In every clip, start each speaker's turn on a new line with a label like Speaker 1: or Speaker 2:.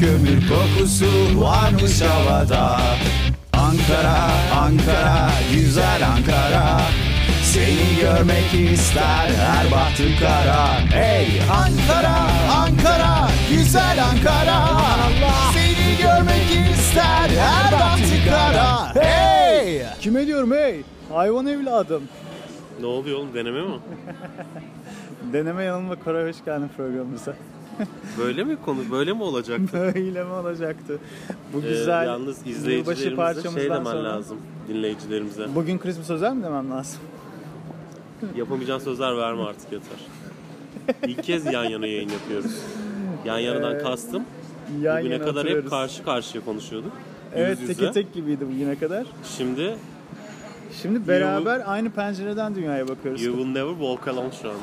Speaker 1: kömür kokusu varmış havada Ankara, Ankara, güzel Ankara Seni görmek ister her bahtı kara Hey Ankara, Ankara, güzel Ankara Seni görmek ister her bahtı kara Hey!
Speaker 2: Kime diyorum hey? Hayvan evladım.
Speaker 3: Ne oluyor oğlum deneme mi?
Speaker 2: Deneme yanılma Koray hoş geldin programımıza.
Speaker 3: Böyle mi konu? Böyle mi olacaktı?
Speaker 2: Böyle mi olacaktı? Bu
Speaker 3: Ee,
Speaker 2: güzel
Speaker 3: yalnız
Speaker 2: yılbaşı
Speaker 3: izleyicilerimize şey
Speaker 2: parçamızdan
Speaker 3: demen
Speaker 2: sonra.
Speaker 3: lazım. Dinleyicilerimize.
Speaker 2: Bugün Christmas özel mi demem lazım?
Speaker 3: Yapamayacağın sözler verme artık yeter. İlk kez yan yana yayın yapıyoruz. Yan yanadan kastım.
Speaker 2: Ee, Yan
Speaker 3: Bugüne
Speaker 2: yana
Speaker 3: kadar hep
Speaker 2: oturuyoruz.
Speaker 3: karşı karşıya konuşuyorduk.
Speaker 2: Evet
Speaker 3: Yüz yüze.
Speaker 2: teke tek gibiydi bugüne kadar.
Speaker 3: Şimdi
Speaker 2: Şimdi beraber aynı pencereden dünyaya bakıyoruz.
Speaker 3: You Will Never Walk Alone şu anda.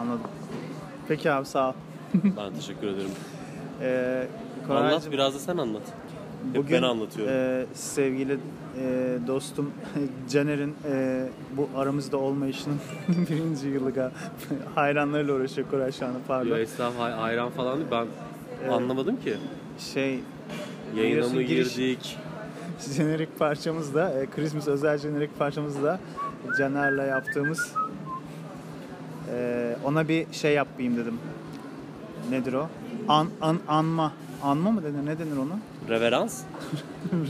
Speaker 2: Anladım. Peki abi sağ ol.
Speaker 3: Ben teşekkür ederim.
Speaker 2: Ee,
Speaker 3: Anlat
Speaker 2: Koraycığım,
Speaker 3: biraz da sen anlat. Hep ben anlatıyorum.
Speaker 2: e, sevgili e, dostum Caner'in e, bu aramızda olmayışının birinci yılıga hayranlarıyla uğraşıyor Koray şu anda pardon.
Speaker 3: Ya Esra hay- hayran falan değil. Ben anlamadım ki.
Speaker 2: Şey
Speaker 3: Yayına
Speaker 2: Biliyorsun,
Speaker 3: mı
Speaker 2: giriş-
Speaker 3: girdik?
Speaker 2: jenerik parçamız da e, Christmas özel jenerik parçamız da Caner'le yaptığımız e, ona bir şey yapayım dedim. Nedir o? An, an, anma. Anma mı denir? Ne denir ona?
Speaker 3: Reverans?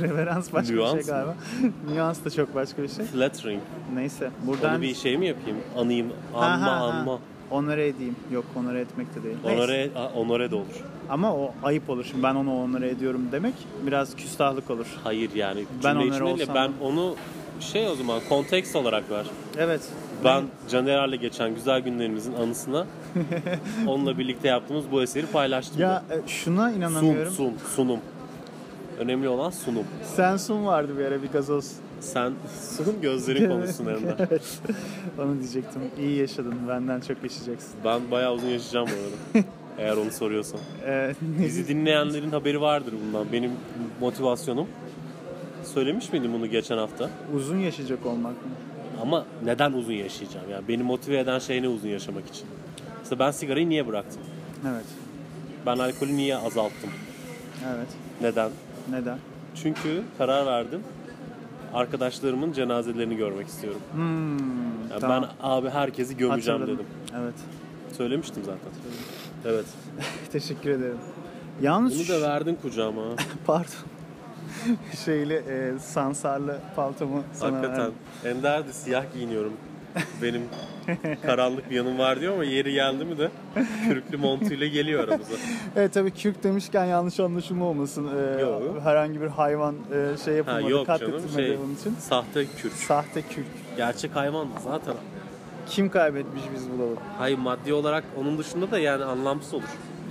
Speaker 2: Reverans başka
Speaker 3: Nüans
Speaker 2: bir
Speaker 3: mı?
Speaker 2: şey galiba. Nüans da çok başka bir şey.
Speaker 3: Flattering.
Speaker 2: Neyse.
Speaker 3: Onu
Speaker 2: Buradan
Speaker 3: bir şey mi yapayım? Anayım.
Speaker 2: Ha,
Speaker 3: Anma
Speaker 2: ha, ha.
Speaker 3: anma.
Speaker 2: Onore edeyim. Yok onore etmek de değil. Neyse.
Speaker 3: Onore, a- onore de olur.
Speaker 2: Ama o ayıp olur. Şimdi ben onu onore ediyorum demek biraz küstahlık olur.
Speaker 3: Hayır yani.
Speaker 2: Ben
Speaker 3: cümle
Speaker 2: onore
Speaker 3: içinde değil de
Speaker 2: olsam-
Speaker 3: Ben onu şey o zaman konteks olarak ver.
Speaker 2: Evet.
Speaker 3: Ben Caner'le geçen güzel günlerimizin anısına onunla birlikte yaptığımız bu eseri paylaştım.
Speaker 2: Ya
Speaker 3: da.
Speaker 2: e, şuna
Speaker 3: sun,
Speaker 2: inanamıyorum.
Speaker 3: sun, sunum. Önemli olan sunum.
Speaker 2: Sen sun vardı bir ara bir gazoz.
Speaker 3: Sen sun gözlerin konuşsun Ender.
Speaker 2: Evet. onu diyecektim. İyi yaşadın. Benden çok yaşayacaksın.
Speaker 3: Ben bayağı uzun yaşayacağım bu arada. Eğer onu soruyorsan.
Speaker 2: Ee,
Speaker 3: Bizi dinleyenlerin haberi vardır bundan. Benim motivasyonum. Söylemiş miydim bunu geçen hafta?
Speaker 2: uzun yaşayacak olmak mı?
Speaker 3: Ama neden uzun yaşayacağım? Yani beni motive eden şey ne uzun yaşamak için? Mesela ben sigarayı niye bıraktım?
Speaker 2: Evet.
Speaker 3: Ben alkolü niye azalttım?
Speaker 2: Evet.
Speaker 3: Neden?
Speaker 2: Neden?
Speaker 3: Çünkü karar verdim. Arkadaşlarımın cenazelerini görmek istiyorum. Yani
Speaker 2: Hmm, tamam.
Speaker 3: Ben abi herkesi gömeceğim
Speaker 2: Hatırladım.
Speaker 3: dedim.
Speaker 2: Evet.
Speaker 3: Söylemiştim zaten. Evet.
Speaker 2: Teşekkür ederim. Yalnız
Speaker 3: Bunu da verdin kucağıma. ha.
Speaker 2: Pardon. Şeyli e, sansarlı paltomu sana
Speaker 3: Hakikaten.
Speaker 2: verdim.
Speaker 3: Ender de siyah giyiniyorum. Benim karanlık bir yanım var diyor ama yeri geldi mi de kürklü montuyla geliyor aramıza.
Speaker 2: Evet tabii kürk demişken yanlış anlaşılma olmasın. E,
Speaker 3: Yok.
Speaker 2: Herhangi bir hayvan e, şey
Speaker 3: Ha,
Speaker 2: yapılmadı,
Speaker 3: yok canım
Speaker 2: katletilmedi
Speaker 3: şey
Speaker 2: bunun için.
Speaker 3: sahte kürk.
Speaker 2: Sahte kürk.
Speaker 3: Gerçek hayvan zaten.
Speaker 2: Kim kaybetmiş biz bulalım.
Speaker 3: Hayır maddi olarak onun dışında da yani anlamsız olur.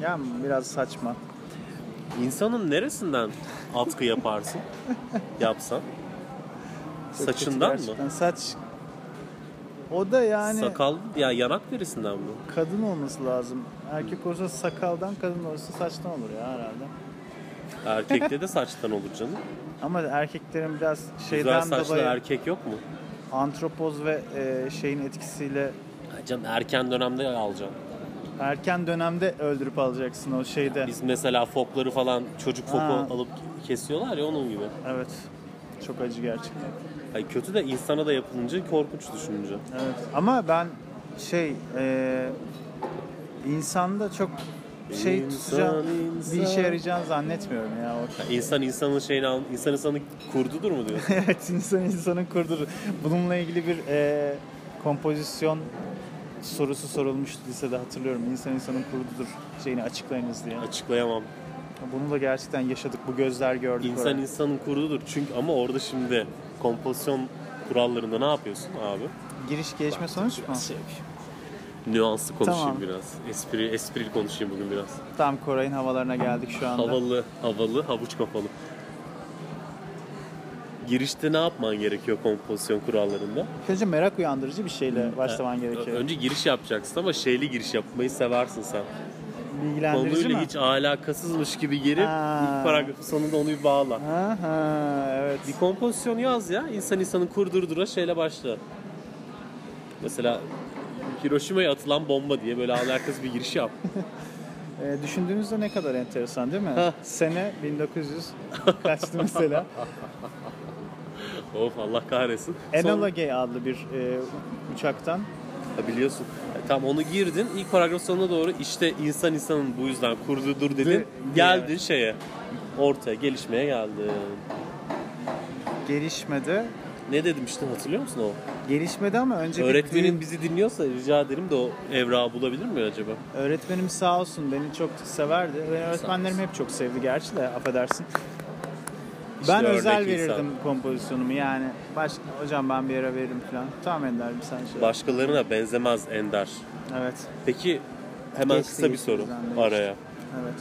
Speaker 2: Yani biraz saçma.
Speaker 3: İnsanın neresinden atkı yaparsın? Yapsan.
Speaker 2: Çok
Speaker 3: Saçından
Speaker 2: kötü
Speaker 3: mı?
Speaker 2: gerçekten. Saç. O da yani
Speaker 3: Sakal ya yanak derisinden mi?
Speaker 2: kadın olması lazım. Erkek olursa sakaldan, kadın olursa saçtan olur ya herhalde.
Speaker 3: Erkekte de saçtan olur canım.
Speaker 2: Ama erkeklerin biraz
Speaker 3: Güzel
Speaker 2: şeyden
Speaker 3: saçlı
Speaker 2: dolayı
Speaker 3: erkek yok mu?
Speaker 2: antropoz ve e, şeyin etkisiyle
Speaker 3: Ha Canım erken dönemde alacaksın.
Speaker 2: Erken dönemde öldürüp alacaksın o şeyde.
Speaker 3: Biz mesela fokları falan çocuk foku
Speaker 2: Ha.
Speaker 3: alıp kesiyorlar ya onun gibi.
Speaker 2: Evet. Çok acı gerçekten.
Speaker 3: Ay kötü de insana da yapılınca korkunç düşününce.
Speaker 2: Evet. Ama ben şey e, insanda çok şey
Speaker 3: İnsan,
Speaker 2: tutacağım, bir işe
Speaker 3: insan.
Speaker 2: yarayacağını zannetmiyorum ya. O.
Speaker 3: Ya İnsan insanın şeyini al, insan insanın kurdudur mu diyorsun?
Speaker 2: evet insan insanın kurdur. Bununla ilgili bir e, kompozisyon sorusu sorulmuştu lisede hatırlıyorum. İnsan insanın kurdudur şeyini açıklayınız diye.
Speaker 3: Açıklayamam.
Speaker 2: Bunu da gerçekten yaşadık. Bu gözler gördük.
Speaker 3: İnsan
Speaker 2: orada.
Speaker 3: insanın kurdudur çünkü ama orada şimdi kompozisyon kurallarında ne yapıyorsun abi?
Speaker 2: Giriş gelişme sonuç mu?
Speaker 3: Biraz şey yapayım. Nüanslı konuşayım
Speaker 2: Tamam.
Speaker 3: biraz. Espri, esprili konuşayım bugün biraz.
Speaker 2: Tam Koray'ın havalarına geldik şu anda.
Speaker 3: Havalı, havalı, havuç kafalı. Girişte ne yapman gerekiyor kompozisyon kurallarında?
Speaker 2: Önce merak uyandırıcı bir şeyle başlaman gerekiyor.
Speaker 3: Önce giriş yapacaksın ama şeyli giriş yapmayı seversin sen.
Speaker 2: Bilgilendirici
Speaker 3: Konuyla
Speaker 2: mi?
Speaker 3: hiç alakasızmış gibi girip
Speaker 2: Ha.
Speaker 3: ilk paragrafın sonunda onu bir bağla.
Speaker 2: Aha, evet.
Speaker 3: Bir kompozisyon yaz ya. İnsan insanın kurdurdura şeyle başla. Mesela Hiroşima'ya atılan bomba diye böyle alakasız bir giriş yap.
Speaker 2: Ee, düşündüğünüzde ne kadar enteresan değil mi?
Speaker 3: Hah.
Speaker 2: Sene 1900 kaçtı mesela.
Speaker 3: Of Allah kahretsin.
Speaker 2: Enola Gay adlı bir e, uçaktan
Speaker 3: Ha, biliyorsun. E, Tam onu girdin. ilk paragraf sonuna doğru işte insan insanın bu yüzden kurdudur dedin.
Speaker 2: De-
Speaker 3: geldin şeye. Ortaya gelişmeye geldin.
Speaker 2: gelişmede
Speaker 3: Ne dedim işte hatırlıyor musun o?
Speaker 2: gelişmedi ama önce bir
Speaker 3: Öğretmenin
Speaker 2: düğün-
Speaker 3: bizi dinliyorsa rica ederim de o evrağı bulabilir mi acaba?
Speaker 2: öğretmenim sağ olsun beni çok severdi. Ve öğretmenlerim hep çok sevdi gerçi de affedersin.
Speaker 3: İşte
Speaker 2: Ben
Speaker 3: örnek
Speaker 2: özel
Speaker 3: insan.
Speaker 2: verirdim kompozisyonumu yani. Baş, hocam ben bir yere veririm falan. Tahmin ederdim sen şey.
Speaker 3: Başkalarına benzemez Ender.
Speaker 2: Evet.
Speaker 3: Peki hemen
Speaker 2: Geçti,
Speaker 3: kısa bir
Speaker 2: geçti,
Speaker 3: soru
Speaker 2: güzel demiştim.
Speaker 3: araya.
Speaker 2: Evet.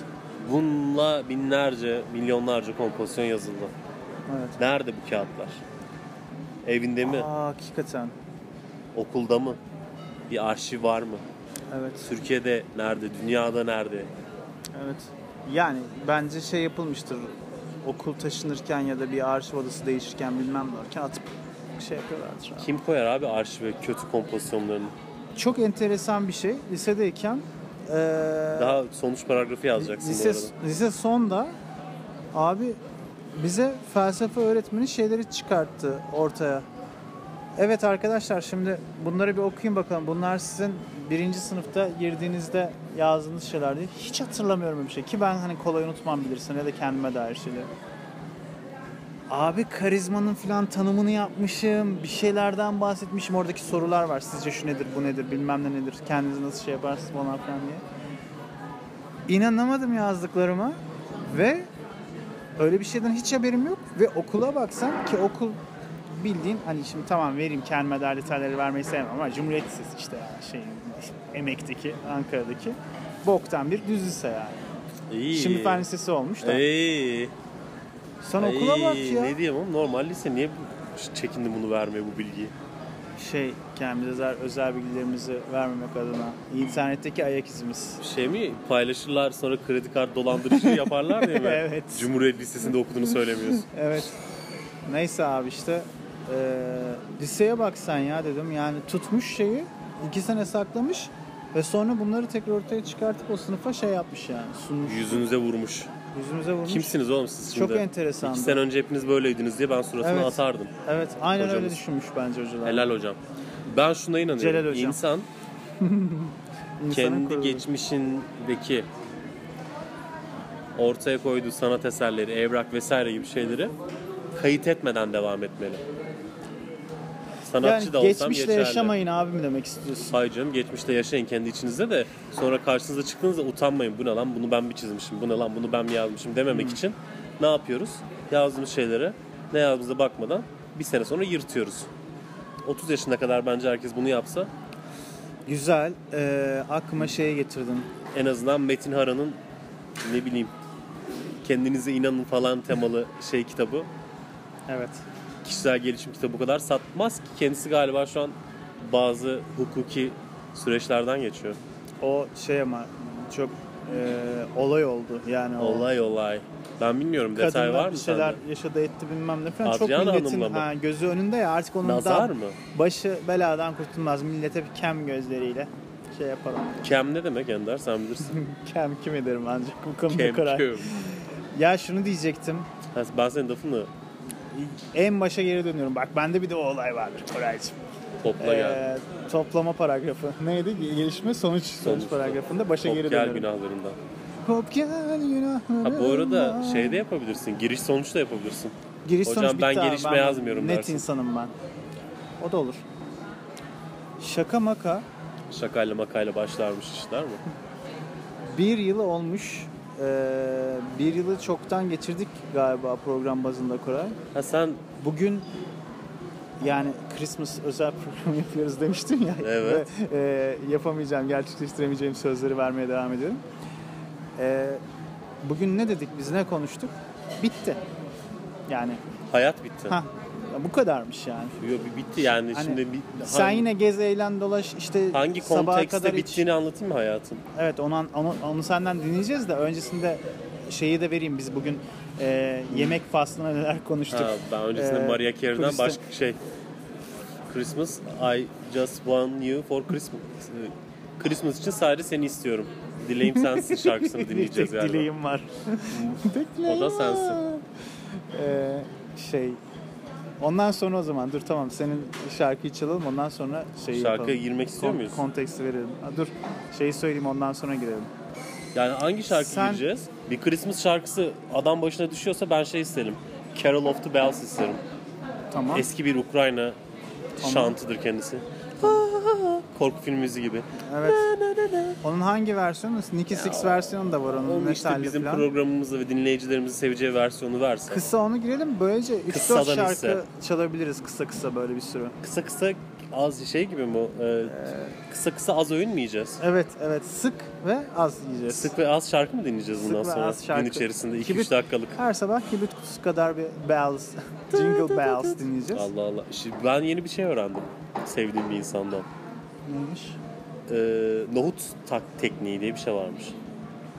Speaker 3: Bununla binlerce, milyonlarca kompozisyon yazıldı.
Speaker 2: Evet.
Speaker 3: Nerede bu kağıtlar? Evinde mi?
Speaker 2: Aa, hakikaten.
Speaker 3: Okulda mı? Bir arşiv var mı?
Speaker 2: Evet.
Speaker 3: Türkiye'de nerede? Dünyada nerede?
Speaker 2: Evet. Yani bence şey yapılmıştır. Okul taşınırken ya da bir arşiv odası değişirken bilmem ne olurken atıp şey yapıyorlardır. abi.
Speaker 3: Kim koyar abi arşive kötü kompozisyonlarını?
Speaker 2: Çok enteresan bir şey. Lisedeyken eee,
Speaker 3: Daha sonuç paragrafı yazacaksın bu
Speaker 2: lise,
Speaker 3: arada.
Speaker 2: lise sonda abi bize felsefe öğretmeni şeyleri çıkarttı ortaya. Evet arkadaşlar şimdi bunları bir okuyun bakalım. Bunlar sizin birinci sınıfta girdiğinizde yazdığınız şeyler değil. Hiç hatırlamıyorum öyle bir şey ki ben hani kolay unutmam bilirsin ya da kendime dair şeyleri. Abi karizmanın filan tanımını yapmışım. Bir şeylerden bahsetmişim. Oradaki sorular var. Sizce şu nedir, bu nedir, bilmem ne nedir. Kendiniz nasıl şey yaparsınız falan filan diye. İnanamadım yazdıklarıma ve öyle bir şeyden hiç haberim yok ve okula baksan ki okul bildiğin hani şimdi tamam vereyim kendime daha detayları vermeyi sevmem ama Cumhuriyet Lisesi işte yani şey Emek'teki Ankara'daki boktan bir düz lise yani.
Speaker 3: İyi.
Speaker 2: Şimdi fen lisesi olmuş da.
Speaker 3: İyi.
Speaker 2: Sen okula bak
Speaker 3: İyi.
Speaker 2: ya.
Speaker 3: Ne diyeyim oğlum normal lise niye bu- çekindi bunu vermeye bu bilgiyi?
Speaker 2: Şey kendimize özel, özel bilgilerimizi vermemek adına internetteki ayak izimiz.
Speaker 3: Şey mi paylaşırlar sonra kredi kart dolandırıcılığı yaparlar diye mi?
Speaker 2: Evet.
Speaker 3: Cumhuriyet Lisesi'nde okuduğunu söylemiyorsun.
Speaker 2: Evet. Neyse abi işte eee, liseye baksan ya dedim. Yani tutmuş şeyi iki sene saklamış ve sonra bunları tekrar ortaya çıkartıp o sınıfa şey yapmış yani sunmuş.
Speaker 3: Yüzünüze vurmuş.
Speaker 2: Yüzümüze vurmuş.
Speaker 3: Kimsiniz oğlum siz şimdi?
Speaker 2: Çok enteresandı.
Speaker 3: İki sene önce hepiniz böyleydiniz diye ben suratını
Speaker 2: Evet.
Speaker 3: atardım.
Speaker 2: Evet aynen öyle
Speaker 3: Hocamız.
Speaker 2: düşünmüş bence hocalar.
Speaker 3: Helal hocam. Ben şuna inanıyorum.
Speaker 2: Celal hocam.
Speaker 3: İnsan
Speaker 2: İnsanın
Speaker 3: kendi
Speaker 2: kurulu.
Speaker 3: geçmişindeki ortaya koyduğu sanat eserleri, evrak vesaire gibi şeyleri kayıt etmeden devam etmeli. Sanatçı
Speaker 2: yani
Speaker 3: da olsam
Speaker 2: geçmişle
Speaker 3: geçerli.
Speaker 2: yaşamayın abi mi demek istiyorsun?
Speaker 3: Hayır canım geçmişte yaşayın kendi içinizde de sonra karşınıza çıktığınızda utanmayın. Bu ne lan bunu ben mi çizmişim, bu ne lan bunu ben mi yazmışım dememek için ne yapıyoruz? Yazdığımız şeylere ne yazdığımıza bakmadan bir sene sonra yırtıyoruz. 30 yaşına kadar bence herkes bunu yapsa
Speaker 2: Güzel. Eee aklıma şeye getirdin.
Speaker 3: en azından Metin Hara'nın ne bileyim kendinize inanın falan temalı şey kitabı
Speaker 2: Evet.
Speaker 3: kişisel gelişim kitabı bu kadar satmaz ki kendisi galiba şu an bazı hukuki süreçlerden geçiyor.
Speaker 2: O şey ama çok eee, olay oldu yani. o-
Speaker 3: Olay olay. Ben bilmiyorum detay
Speaker 2: Kadınlar
Speaker 3: var mı
Speaker 2: bir şeyler
Speaker 3: sende?
Speaker 2: yaşadı etti bilmem ne falan.
Speaker 3: Adriana
Speaker 2: Çok milletin
Speaker 3: Hanım'la mı?
Speaker 2: ha, gözü önünde ya artık onun
Speaker 3: Nazar
Speaker 2: da
Speaker 3: mı?
Speaker 2: başı beladan kurtulmaz. Millete bir kem gözleriyle şey yapalım.
Speaker 3: Kem ne demek Ender sen bilirsin.
Speaker 2: kem kim ederim ancak bu konuda
Speaker 3: Kem
Speaker 2: karar.
Speaker 3: kem.
Speaker 2: Ya şunu diyecektim.
Speaker 3: Ha, Ben senin lafını
Speaker 2: En başa geri dönüyorum. Bak bende bir de o olay vardır Koraycığım.
Speaker 3: topla gel.
Speaker 2: Ee, toplama paragrafı. Neydi? Gelişme sonuç sonuç,
Speaker 3: Sonuçta.
Speaker 2: paragrafında başa
Speaker 3: Top
Speaker 2: şey geri
Speaker 3: gel
Speaker 2: dönüyorum.
Speaker 3: günahlarından.
Speaker 2: Hop gel
Speaker 3: Ha,
Speaker 2: günahlarına.
Speaker 3: bu arada şey de yapabilirsin. Giriş sonuç da yapabilirsin.
Speaker 2: Giriş
Speaker 3: Hocam
Speaker 2: sonuç
Speaker 3: ben
Speaker 2: bitti abi.
Speaker 3: gelişme yazmıyorum
Speaker 2: Net
Speaker 3: dersin.
Speaker 2: insanım ben. O da olur. Şaka maka
Speaker 3: Şakayla makayla başlarmış işler mi?
Speaker 2: bir yılı olmuş. Ee, bir yılı çoktan geçirdik galiba program bazında Koray.
Speaker 3: Ha sen
Speaker 2: Bugün yani Christmas özel programı yapıyoruz demiştin ya.
Speaker 3: Evet.
Speaker 2: Ve, e, yapamayacağım, gerçekleştiremeyeceğim sözleri vermeye devam ediyorum. Ee, bugün ne dedik biz, ne konuştuk? Bitti. Yani
Speaker 3: hayat bitti.
Speaker 2: ha bu kadarmış yani.
Speaker 3: Yo, bir bitti yani
Speaker 2: Hani
Speaker 3: şimdi bir,
Speaker 2: Sen
Speaker 3: hangi,
Speaker 2: yine gez eğlen dolaş işte
Speaker 3: hangi
Speaker 2: sabaha kadar
Speaker 3: kontekste
Speaker 2: iç.
Speaker 3: bittiğini anlatayım mı hayatın?
Speaker 2: Evet onu, onu, onu senden dinleyeceğiz de öncesinde şeyi de vereyim biz bugün e, yemek faslına neler konuştuk.
Speaker 3: Ha, ben öncesinde
Speaker 2: Ee,
Speaker 3: Maria Carey'den
Speaker 2: turiste-
Speaker 3: başka şey Christmas I just want you for Christmas Christmas için sadece seni istiyorum. Dileğim Sensin şarkısını şey dinleyeceğiz
Speaker 2: Tek
Speaker 3: galiba.
Speaker 2: dileğim var. Tek dileğim
Speaker 3: O da sensin.
Speaker 2: var. Ee, şey Ondan sonra o zaman dur tamam senin şarkıyı çalalım ondan sonra şeyi
Speaker 3: Şarkıya
Speaker 2: yapalım.
Speaker 3: girmek istiyor
Speaker 2: Kon-
Speaker 3: muyuz?
Speaker 2: Konteksti verelim. Ha, dur şeyi söyleyeyim ondan sonra girelim.
Speaker 3: Yani hangi şarkı
Speaker 2: Sen-
Speaker 3: gireceğiz? Bir Christmas şarkısı adam başına düşüyorsa ben şey isterim. Carol of the Bells isterim.
Speaker 2: Tamam.
Speaker 3: Eski bir Ukrayna şantıdır kendisi. Korku film müziği gibi.
Speaker 2: Evet. Onun hangi versiyonu? Nicky Six versiyonu da var onun.
Speaker 3: Onun işte
Speaker 2: metalli
Speaker 3: bizim
Speaker 2: falan.
Speaker 3: programımızı ve dinleyicilerimizin seveceği versiyonu verse.
Speaker 2: Kısa onu girelim. Böylece 3-4
Speaker 3: Kısadan
Speaker 2: şarkı
Speaker 3: ise.
Speaker 2: çalabiliriz kısa kısa böyle bir sürü.
Speaker 3: Kısa kısa az şey gibi mi? o? Ee, kısa kısa az oyun mu yiyeceğiz?
Speaker 2: Evet evet sık ve az yiyeceğiz.
Speaker 3: Sık ve az şarkı mı dinleyeceğiz bundan
Speaker 2: Sık ve
Speaker 3: sonra?
Speaker 2: az şarkı.
Speaker 3: Gün içerisinde 2-3
Speaker 2: Kibrit-
Speaker 3: dakikalık.
Speaker 2: Her sabah kibrit kutusu kadar bir bells, jingle bells dinleyeceğiz.
Speaker 3: Allah Allah. Şimdi ben yeni bir şey öğrendim. Sevdiğim bir insandan.
Speaker 2: Neymiş?
Speaker 3: Ee, nohut tak tekniği diye bir şey varmış.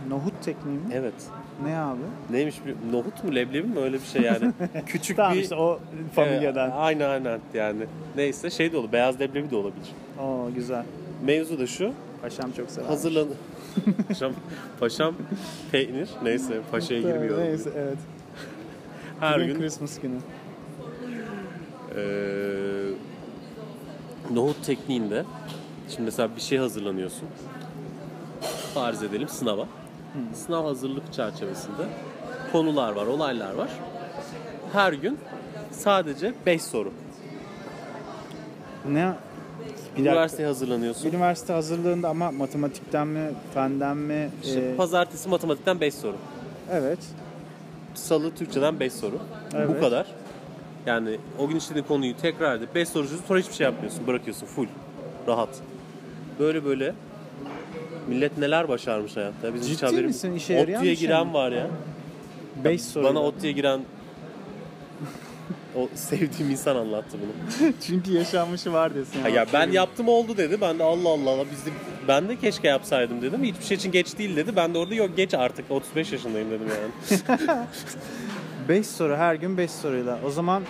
Speaker 2: Nohut tekniği mi?
Speaker 3: Evet.
Speaker 2: Ne abi?
Speaker 3: Neymiş? Bir, nohut mu leblebi mi? Öyle bir şey yani. Küçük
Speaker 2: Tamam
Speaker 3: bir...
Speaker 2: işte o
Speaker 3: Ee,
Speaker 2: familyadan.
Speaker 3: aynen aynen yani. Neyse şey de olur. Beyaz leblebi de olabilir.
Speaker 2: Oo güzel.
Speaker 3: Mevzu da şu.
Speaker 2: Paşam çok sever.
Speaker 3: Hazırlan... paşam, paşam peynir. Neyse paşaya girmiyorum.
Speaker 2: Neyse evet.
Speaker 3: Her
Speaker 2: Bugün
Speaker 3: gün
Speaker 2: Christmas günü.
Speaker 3: Ee, nohut tekniğinde şimdi mesela bir şey hazırlanıyorsun. Farz edelim sınava. Sınav hazırlık çerçevesinde konular var, olaylar var. Her gün sadece 5 soru.
Speaker 2: Ne? Bir dakika.
Speaker 3: Üniversiteye hazırlanıyorsun.
Speaker 2: Üniversite hazırlığında ama matematikten mi, fenden mi?
Speaker 3: İşte
Speaker 2: ee,
Speaker 3: Pazartesi matematikten 5 soru.
Speaker 2: evet.
Speaker 3: Salı Türkçeden 5 soru. Bu
Speaker 2: Evet.
Speaker 3: kadar. Yani o gün işlediğin konuyu tekrar edip 5 soru çözüp sonra hiçbir şey yapmıyorsun. Bırakıyorsun full. Rahat. Böyle böyle millet neler başarmış hayatta. Bizim hiç
Speaker 2: Ciddi
Speaker 3: haberimiz-
Speaker 2: misin? İşe yarayan
Speaker 3: ODTÜ'ye
Speaker 2: bir şey
Speaker 3: giren
Speaker 2: mi?
Speaker 3: var ya.
Speaker 2: 5 soru.
Speaker 3: Bana ODTÜ'ye giren o sevdiğim insan anlattı bunu.
Speaker 2: Çünkü yaşanmışı var desin.
Speaker 3: Ha, ya ben yaptım oldu dedi. Ben de Allah Allah Allah biz de, ben de keşke yapsaydım dedim. Hiçbir şey için geç değil dedi. Ben de orada yok geç artık 35 yaşındayım dedim yani.
Speaker 2: 5 soru her gün 5 soruyla. O zaman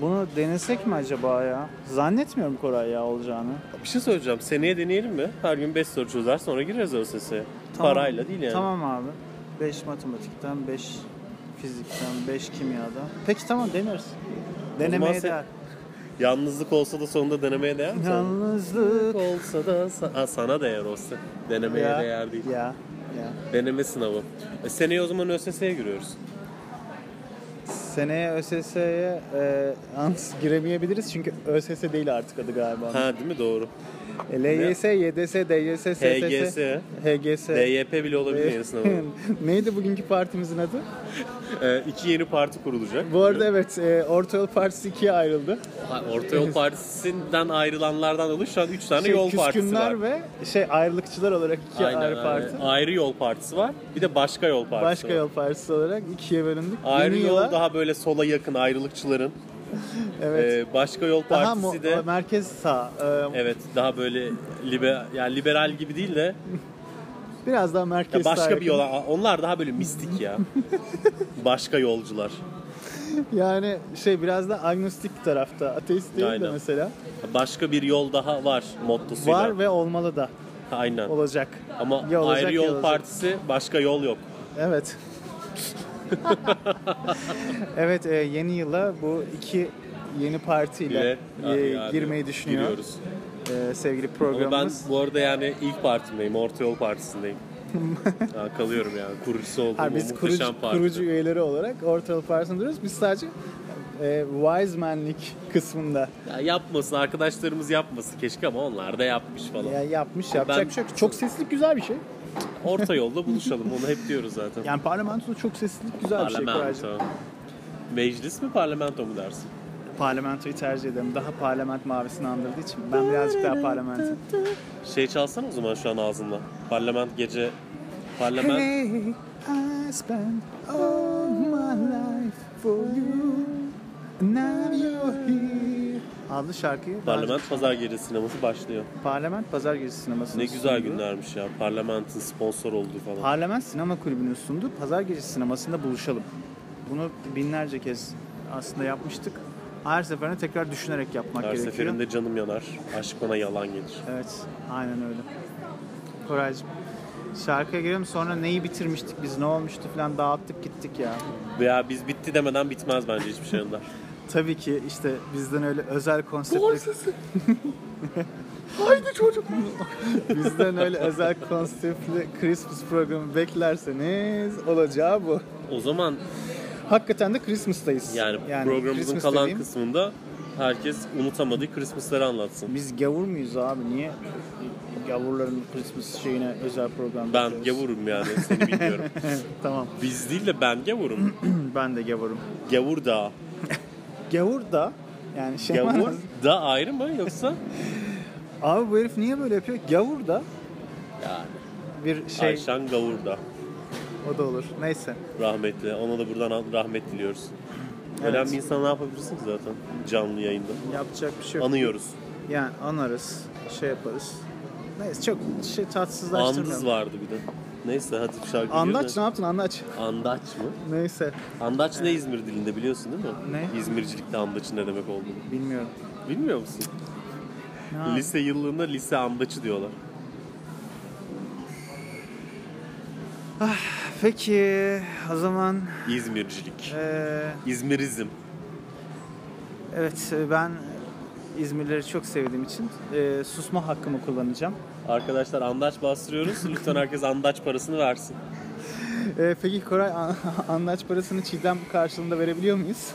Speaker 2: bunu denesek mi acaba ya? Zannetmiyorum Koray ya olacağını.
Speaker 3: Bir şey söyleyeceğim. Seneye deneyelim mi? Her gün 5 soru çözer sonra gireriz ÖSS'ye. Parayla değil yani.
Speaker 2: Tamam abi. 5 matematikten, 5 fizikten, 5 kimyadan. Peki tamam deneriz. Denemeye
Speaker 3: sen-
Speaker 2: değer.
Speaker 3: Yalnızlık olsa da sonunda denemeye değer mi? Yalnızlık
Speaker 2: Yalnızlık
Speaker 3: olsa da sa- ha, sana değer olsa. Denemeye
Speaker 2: ya.
Speaker 3: değer değil.
Speaker 2: Ya. Ya.
Speaker 3: Deneme sınavı. E, seneye o zaman ÖSS'ye giriyoruz.
Speaker 2: Seneye ÖSS'ye e, ans giremeyebiliriz çünkü ÖSS değil artık adı galiba.
Speaker 3: Ha değil mi? Doğru.
Speaker 2: E, LYS, YDS, DYS, SSS,
Speaker 3: HGS.
Speaker 2: HGS.
Speaker 3: DYP bile olabilir yeni sınavı.
Speaker 2: Neydi bugünkü partimizin adı?
Speaker 3: E, iki yeni parti kurulacak.
Speaker 2: Bu arada evet e, Orta Yol Partisi ikiye ayrıldı.
Speaker 3: Ha, Orta Yol Partisi'nden ayrılanlardan oluş şu an 3 tane
Speaker 2: Şey,
Speaker 3: yol partisi var.
Speaker 2: küskünler ve şey ayrılıkçılar olarak ikiye
Speaker 3: Aynen,
Speaker 2: ayrı
Speaker 3: aynen.
Speaker 2: parti.
Speaker 3: Ayrı yol partisi var. Bir de başka yol partisi
Speaker 2: Başka
Speaker 3: var.
Speaker 2: Yol Partisi olarak ikiye bölündük.
Speaker 3: Ayrı
Speaker 2: Yeni
Speaker 3: yol
Speaker 2: yıla-
Speaker 3: daha böyle sola yakın ayrılıkçıların.
Speaker 2: evet,
Speaker 3: Ee, başka yol
Speaker 2: daha
Speaker 3: partisi
Speaker 2: mu-
Speaker 3: de
Speaker 2: merkez sağ. e,
Speaker 3: evet daha böyle liber yani liberal gibi değil de
Speaker 2: Biraz daha
Speaker 3: ya
Speaker 2: merkez sağ.
Speaker 3: başka bir
Speaker 2: yakın.
Speaker 3: yola onlar daha böyle mistik ya. başka yolcular.
Speaker 2: Yani şey biraz da agnostik tarafta. Ateist değil de
Speaker 3: Aynen.
Speaker 2: mesela.
Speaker 3: Başka bir yol daha var mottosuyla.
Speaker 2: Var ve olmalı da
Speaker 3: Aynen.
Speaker 2: olacak.
Speaker 3: Ama
Speaker 2: Ya olacak,
Speaker 3: ayrı
Speaker 2: ya
Speaker 3: yol
Speaker 2: olacak.
Speaker 3: partisi başka yol yok.
Speaker 2: Evet. evet e, yeni yıla bu iki yeni partiyle
Speaker 3: Bile- Ah,
Speaker 2: e,
Speaker 3: yani
Speaker 2: girmeyi düşünüyor
Speaker 3: Giriyoruz.
Speaker 2: e, sevgili
Speaker 3: Ama ben
Speaker 2: programımız.
Speaker 3: bu arada yani ilk partimdeyim, orta yol partisindeyim. Ha, kalıyorum yani kurucusu olduğum
Speaker 2: Ha,
Speaker 3: o
Speaker 2: biz
Speaker 3: muhteşem
Speaker 2: kurucu,
Speaker 3: partide.
Speaker 2: kurucu üyeleri olarak Ortalı Partisi'nde duruyoruz. Biz sadece e, wise manlik kısmında
Speaker 3: Ya yapmasın arkadaşlarımız yapmasın keşke ama onlar da yapmış falan.
Speaker 2: ya yapmış yapacak
Speaker 3: Ben-
Speaker 2: bir şey yok. Çok seslilik güzel bir şey.
Speaker 3: Orta yolda buluşalım onu hep diyoruz zaten.
Speaker 2: Yani parlamentoda çok seslilik güzel bir şey. Koraycığım.
Speaker 3: parlamento. Meclis mi parlamento mu dersin?
Speaker 2: Parlamentoyu tercih ederim. Daha parlament mavisini andırdığı için. Ben birazcık daha parlamentim.
Speaker 3: Şey çalsana o zaman şu an ağzında. Parlament gece parlament
Speaker 2: Hey, I spent all my life for you. Now you're here. Adlı şarkıyı
Speaker 3: parlament pazar gece sineması başlıyor.
Speaker 2: Parlament Pazar Gecesi Sineması'nın
Speaker 3: Ne güzel
Speaker 2: sunduğu-
Speaker 3: günlermiş ya. Parlamentin sponsor olduğu falan.
Speaker 2: Parlament Sinema Kulübü'nün sunduğu Pazar Gecesi Sineması'nda buluşalım. Bunu binlerce kez aslında yapmıştık. Her seferinde tekrar düşünerek yapmak
Speaker 3: Her
Speaker 2: gerekiyor.
Speaker 3: seferinde canım yanar. Aşk bana yalan gelir.
Speaker 2: Evet, aynen öyle. Koraycığım, Şarkıya giriyorum sonra neyi bitirmiştik biz ne olmuştu falan dağıttık gittik ya.
Speaker 3: Veya biz bitti demeden bitmez bence hiçbir şey onlar.
Speaker 2: Tabii ki işte bizden öyle özel
Speaker 4: Bor
Speaker 2: konseptli
Speaker 4: sesi. Haydi çocuklar.
Speaker 2: bizden öyle özel konseptli Christmas programı beklerseniz olacağı bu.
Speaker 3: O zaman
Speaker 2: Hakikaten de Christmas'tayız.
Speaker 3: yani, programımızın
Speaker 2: Christmas
Speaker 3: kalan
Speaker 2: dediğim-
Speaker 3: kısmında herkes unutamadığı Christmas'ları anlatsın.
Speaker 2: Biz gavur muyuz abi? Niye gavurların Christmas şeyine özel program
Speaker 3: Ben
Speaker 2: yapıyoruz?
Speaker 3: gavurum yani seni bilmiyorum.
Speaker 2: Tamam.
Speaker 3: Biz değil de ben gavurum.
Speaker 2: ben de gavurum.
Speaker 3: Gavur da.
Speaker 2: Gavur da yani şey
Speaker 3: Gavur da ayrı mı yoksa?
Speaker 2: Abi bu herif niye böyle yapıyor? Gavur da
Speaker 3: Yani.
Speaker 2: bir şey
Speaker 3: Ayşen Gavur da.
Speaker 2: o da olur. Neyse.
Speaker 3: Rahmetli. Ona da buradan rahmet diliyoruz. Ölen bir insan ne yapabilirsin ki zaten canlı yayında?
Speaker 2: Yapacak bir şey yok.
Speaker 3: Anıyoruz.
Speaker 2: Yani anarız. Şey yaparız. Neyse çok şey tatsızlaştırmayalım.
Speaker 3: Andız vardı bir de. Neyse hadi bir şarkı
Speaker 2: Andaç ne
Speaker 3: dinleyelim.
Speaker 2: yaptın andaç?
Speaker 3: Andaç mı?
Speaker 2: Neyse
Speaker 3: Andaç ne İzmir dilinde biliyorsun değil mi?
Speaker 2: Ne?
Speaker 3: İzmircilikte andaçın ne demek olduğunu.
Speaker 2: bilmiyorum.
Speaker 3: Bilmiyor musun?
Speaker 2: Ha,
Speaker 3: Lise yıllığında lise andaçı diyorlar.
Speaker 2: Peki o zaman
Speaker 3: İzmircilik.
Speaker 2: eee,
Speaker 3: İzmirizm.
Speaker 2: evet ben İzmirleri çok sevdiğim için eee, susma hakkımı kullanacağım.
Speaker 3: Arkadaşlar andaç bastırıyoruz. Lütfen herkes andaç parasını versin.
Speaker 2: Eee, E, peki Koray an- andaç parasını çiğdem karşılığında verebiliyor muyuz?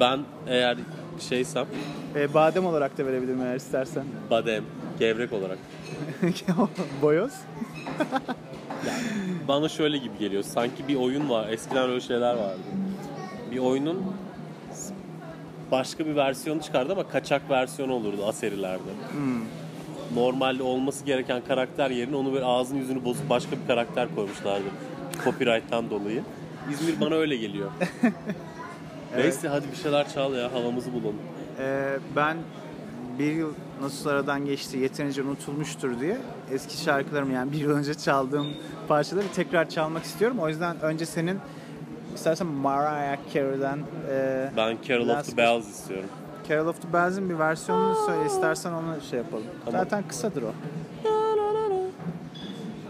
Speaker 3: Ben eğer şeysem
Speaker 2: Eee, badem olarak da verebilirim eğer istersen.
Speaker 3: badem, gevrek olarak.
Speaker 2: Boyoz.
Speaker 3: Bana şöyle gibi geliyor. Sanki bir oyun var. Eskiden öyle şeyler vardı. Bir oyunun başka bir versiyonu çıkardı ama kaçak versiyonu olurdu aserilerde. Normalde olması gereken karakter yerine onu böyle ağzını yüzünü bozup başka bir karakter koymuşlardı. Copyright'tan dolayı. İzmir bana öyle geliyor. Neyse hadi bir şeyler çal ya havamızı bulalım.
Speaker 2: Ee, ben bir yıl nasıl aradan geçti yeterince unutulmuştur diye eski şarkılarımı yani bir yıl önce çaldığım parçaları tekrar çalmak istiyorum. O yüzden önce senin istersen Mariah Carey'den e,
Speaker 3: Ben Carol of
Speaker 2: Last
Speaker 3: the Bells istiyorum.
Speaker 2: Carol of the Bells'in bir versiyonunu söyle istersen onu şey yapalım.
Speaker 3: Tamam.
Speaker 2: Zaten kısadır o.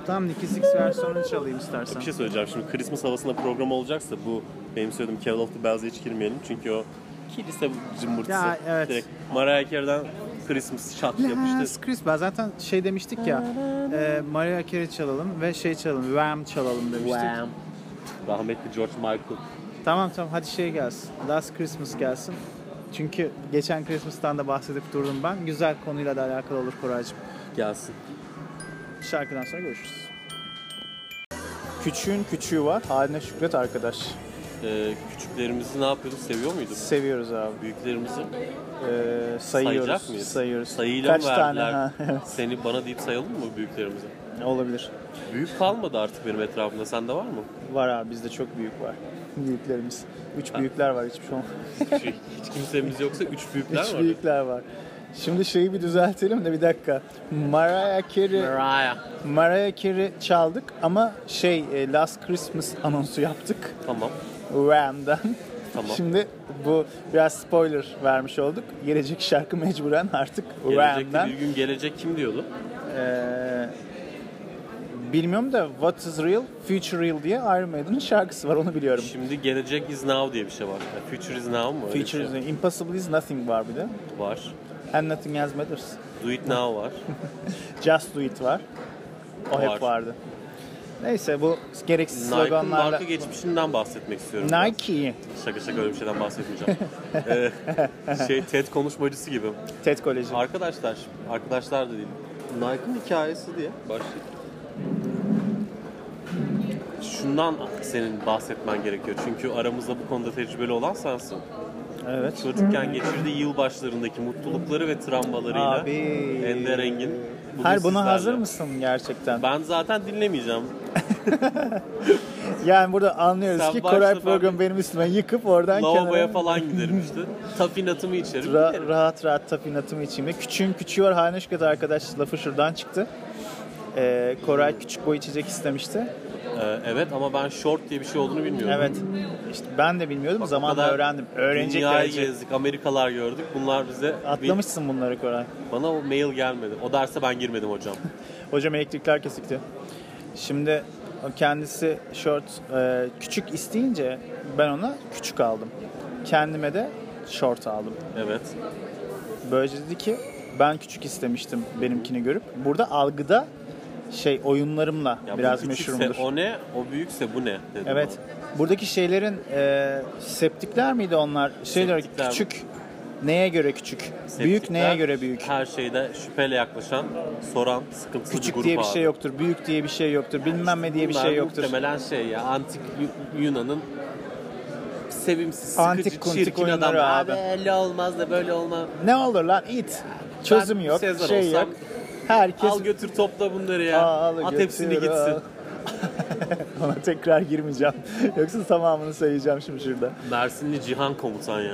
Speaker 2: Tamam Nicky Six versiyonunu çalayım istersen.
Speaker 3: Bir şey söyleyeceğim şimdi Christmas havasında program olacaksa bu benim söylediğim Carol of the Bells'a hiç girmeyelim çünkü o kilise cımbırtısı.
Speaker 2: Ya, evet.
Speaker 3: Direkt Mariah Carey'den Christmas şat yapıştı.
Speaker 2: Last Christmas. Zaten şey demiştik ya e, Mariah Carey çalalım ve şey çalalım Wham çalalım demiştik.
Speaker 3: Wham. Rahmetli George Michael.
Speaker 2: Tamam tamam hadi şey gelsin. Last Christmas gelsin. Çünkü geçen Christmas'tan da bahsedip durdum ben. Güzel konuyla da alakalı olur Koraycığım.
Speaker 3: Gelsin.
Speaker 2: Şarkıdan sonra görüşürüz. Küçüğün küçüğü var. Haline şükret arkadaş.
Speaker 3: Ee, küçüklerimizi ne yapıyorduk? Seviyor muyduk?
Speaker 2: Seviyoruz abi.
Speaker 3: Büyüklerimizi
Speaker 2: Ee,
Speaker 3: sayacak
Speaker 2: sayıyoruz.
Speaker 3: mıyız?
Speaker 2: Sayıyoruz.
Speaker 3: Sayıyla
Speaker 2: Kaç
Speaker 3: mı
Speaker 2: tane?
Speaker 3: verdiler?
Speaker 2: Ha, evet.
Speaker 3: Seni bana deyip sayalım mı büyüklerimize?
Speaker 2: Olabilir.
Speaker 3: Büyük kalmadı artık benim etrafımda. Sende var mı?
Speaker 2: Var abi bizde çok büyük var. Büyüklerimiz. Üç büyükler var hiçbir şey olmaz.
Speaker 3: Hiç, hiç kimsemiz yoksa üç büyükler
Speaker 2: Üç
Speaker 3: var.
Speaker 2: büyükler var. Şimdi şeyi bir düzeltelim de bir dakika. Mariah Carey
Speaker 3: Mariah.
Speaker 2: Mariah Carey çaldık ama şey e, Last Christmas anonsu yaptık
Speaker 3: Tamam.
Speaker 2: Wham'dan.
Speaker 3: Tamam.
Speaker 2: Şimdi bu biraz spoiler vermiş olduk. Gelecek şarkı mecburen artık
Speaker 3: Gelecekte
Speaker 2: Wham'dan.
Speaker 3: bir gün gelecek kim diyordu?
Speaker 2: Ee, bilmiyorum da What is Real, Future Real diye Iron Maiden'ın şarkısı var onu biliyorum.
Speaker 3: Şimdi gelecek is now diye bir şey var. Yani future is now mu? Öyle bir
Speaker 2: Future
Speaker 3: şey
Speaker 2: is Impossible is Nothing var bir de.
Speaker 3: var.
Speaker 2: And Nothing Else Matters.
Speaker 3: Do it now var.
Speaker 2: Just Do It var. O
Speaker 3: Var.
Speaker 2: hep vardı. Neyse bu gereksiz
Speaker 3: Nike'ın
Speaker 2: sloganlarla.
Speaker 3: marka geçmişinden bahsetmek istiyorum. biraz.
Speaker 2: Nike.
Speaker 3: Şaka şaka öyle bir şeyden bahsetmeyeceğim. Ee, şey TED konuşmacısı gibi.
Speaker 2: TED Koleji.
Speaker 3: Arkadaşlar, arkadaşlar da değil. Nike'ın hikayesi diye başlık. Şundan senin bahsetmen gerekiyor. Çünkü aramızda bu konuda tecrübeli olan sensin.
Speaker 2: Evet.
Speaker 3: Çocukken geçirdiği yıl başlarındaki mutlulukları ve travmalarıyla
Speaker 2: Abi.
Speaker 3: Ender Engin. bugün
Speaker 2: Her buna
Speaker 3: sizlerle.
Speaker 2: hazır mısın gerçekten?
Speaker 3: Ben zaten dinlemeyeceğim.
Speaker 2: Yani burada anlıyoruz
Speaker 3: Sen
Speaker 2: ki
Speaker 3: başla,
Speaker 2: Koray
Speaker 3: ben-
Speaker 2: programı benim üstüme yıkıp oradan
Speaker 3: Lavaboya
Speaker 2: kenara
Speaker 3: falan giderim işte. Tafinatımı içerim.
Speaker 2: Ra-
Speaker 3: giderim.
Speaker 2: rahat rahat tapinatımı içeyim. Küçüğün küçüğü var haline şükret arkadaş lafı şuradan çıktı. Ee, Koray küçük boy içecek istemişti.
Speaker 3: Ee, evet ama ben short diye bir şey olduğunu bilmiyorum.
Speaker 2: Evet. İşte ben de bilmiyordum.
Speaker 3: Bak, o
Speaker 2: Zamanla
Speaker 3: kadar
Speaker 2: öğrendim. Öğrenecek
Speaker 3: Dünyayı
Speaker 2: derece.
Speaker 3: gezdik, Amerikalar gördük. Bunlar bize...
Speaker 2: Atlamışsın bunları Koray.
Speaker 3: Bana o mail gelmedi. O derse ben girmedim hocam.
Speaker 2: Hocam elektrikler kesikti. Şimdi o kendisi şort e, küçük isteyince ben ona küçük aldım. Kendime de şort aldım.
Speaker 3: Evet.
Speaker 2: Böylece dedi ki ben küçük istemiştim benimkini görüp. Burada algıda şey oyunlarımla
Speaker 3: Ya bu
Speaker 2: biraz
Speaker 3: küçükse
Speaker 2: meşhurumdur.
Speaker 3: O ne? O büyükse bu ne? Dedim
Speaker 2: Evet. Buradaki şeylerin e, septikler miydi onlar? Şey diyor,
Speaker 3: Septikler mi?
Speaker 2: küçük neye göre küçük?
Speaker 3: Septikler,
Speaker 2: büyük neye göre büyük?
Speaker 3: Her şeyde şüpheyle yaklaşan, soran, sıkıntılı bir
Speaker 2: küçük
Speaker 3: grup
Speaker 2: diye bir
Speaker 3: abi.
Speaker 2: şey yoktur. Büyük diye bir şey yoktur. Bilmem ne diye bir
Speaker 3: Bunlar
Speaker 2: şey yoktur.
Speaker 3: Muhtemelen şey ya antik Yu- Yunan'ın sevimsiz,
Speaker 2: Antik
Speaker 3: sıkıcı,
Speaker 2: kuntik
Speaker 3: çirkin adam.
Speaker 2: oyunları
Speaker 3: Abi
Speaker 2: abi.
Speaker 3: öyle olmaz da böyle olmaz.
Speaker 2: Ne olur lan it. Çözüm
Speaker 3: Ben
Speaker 2: yok.
Speaker 3: Sezar
Speaker 2: şey
Speaker 3: olsam,
Speaker 2: yok. Herkes
Speaker 3: Al götür topla bunları ya.
Speaker 2: Al,
Speaker 3: At
Speaker 2: götür,
Speaker 3: hepsini
Speaker 2: al.
Speaker 3: gitsin.
Speaker 2: Ona tekrar girmeyeceğim. Yoksa tamamını sayacağım şimdi şurada.
Speaker 3: Mersinli Cihan komutan ya.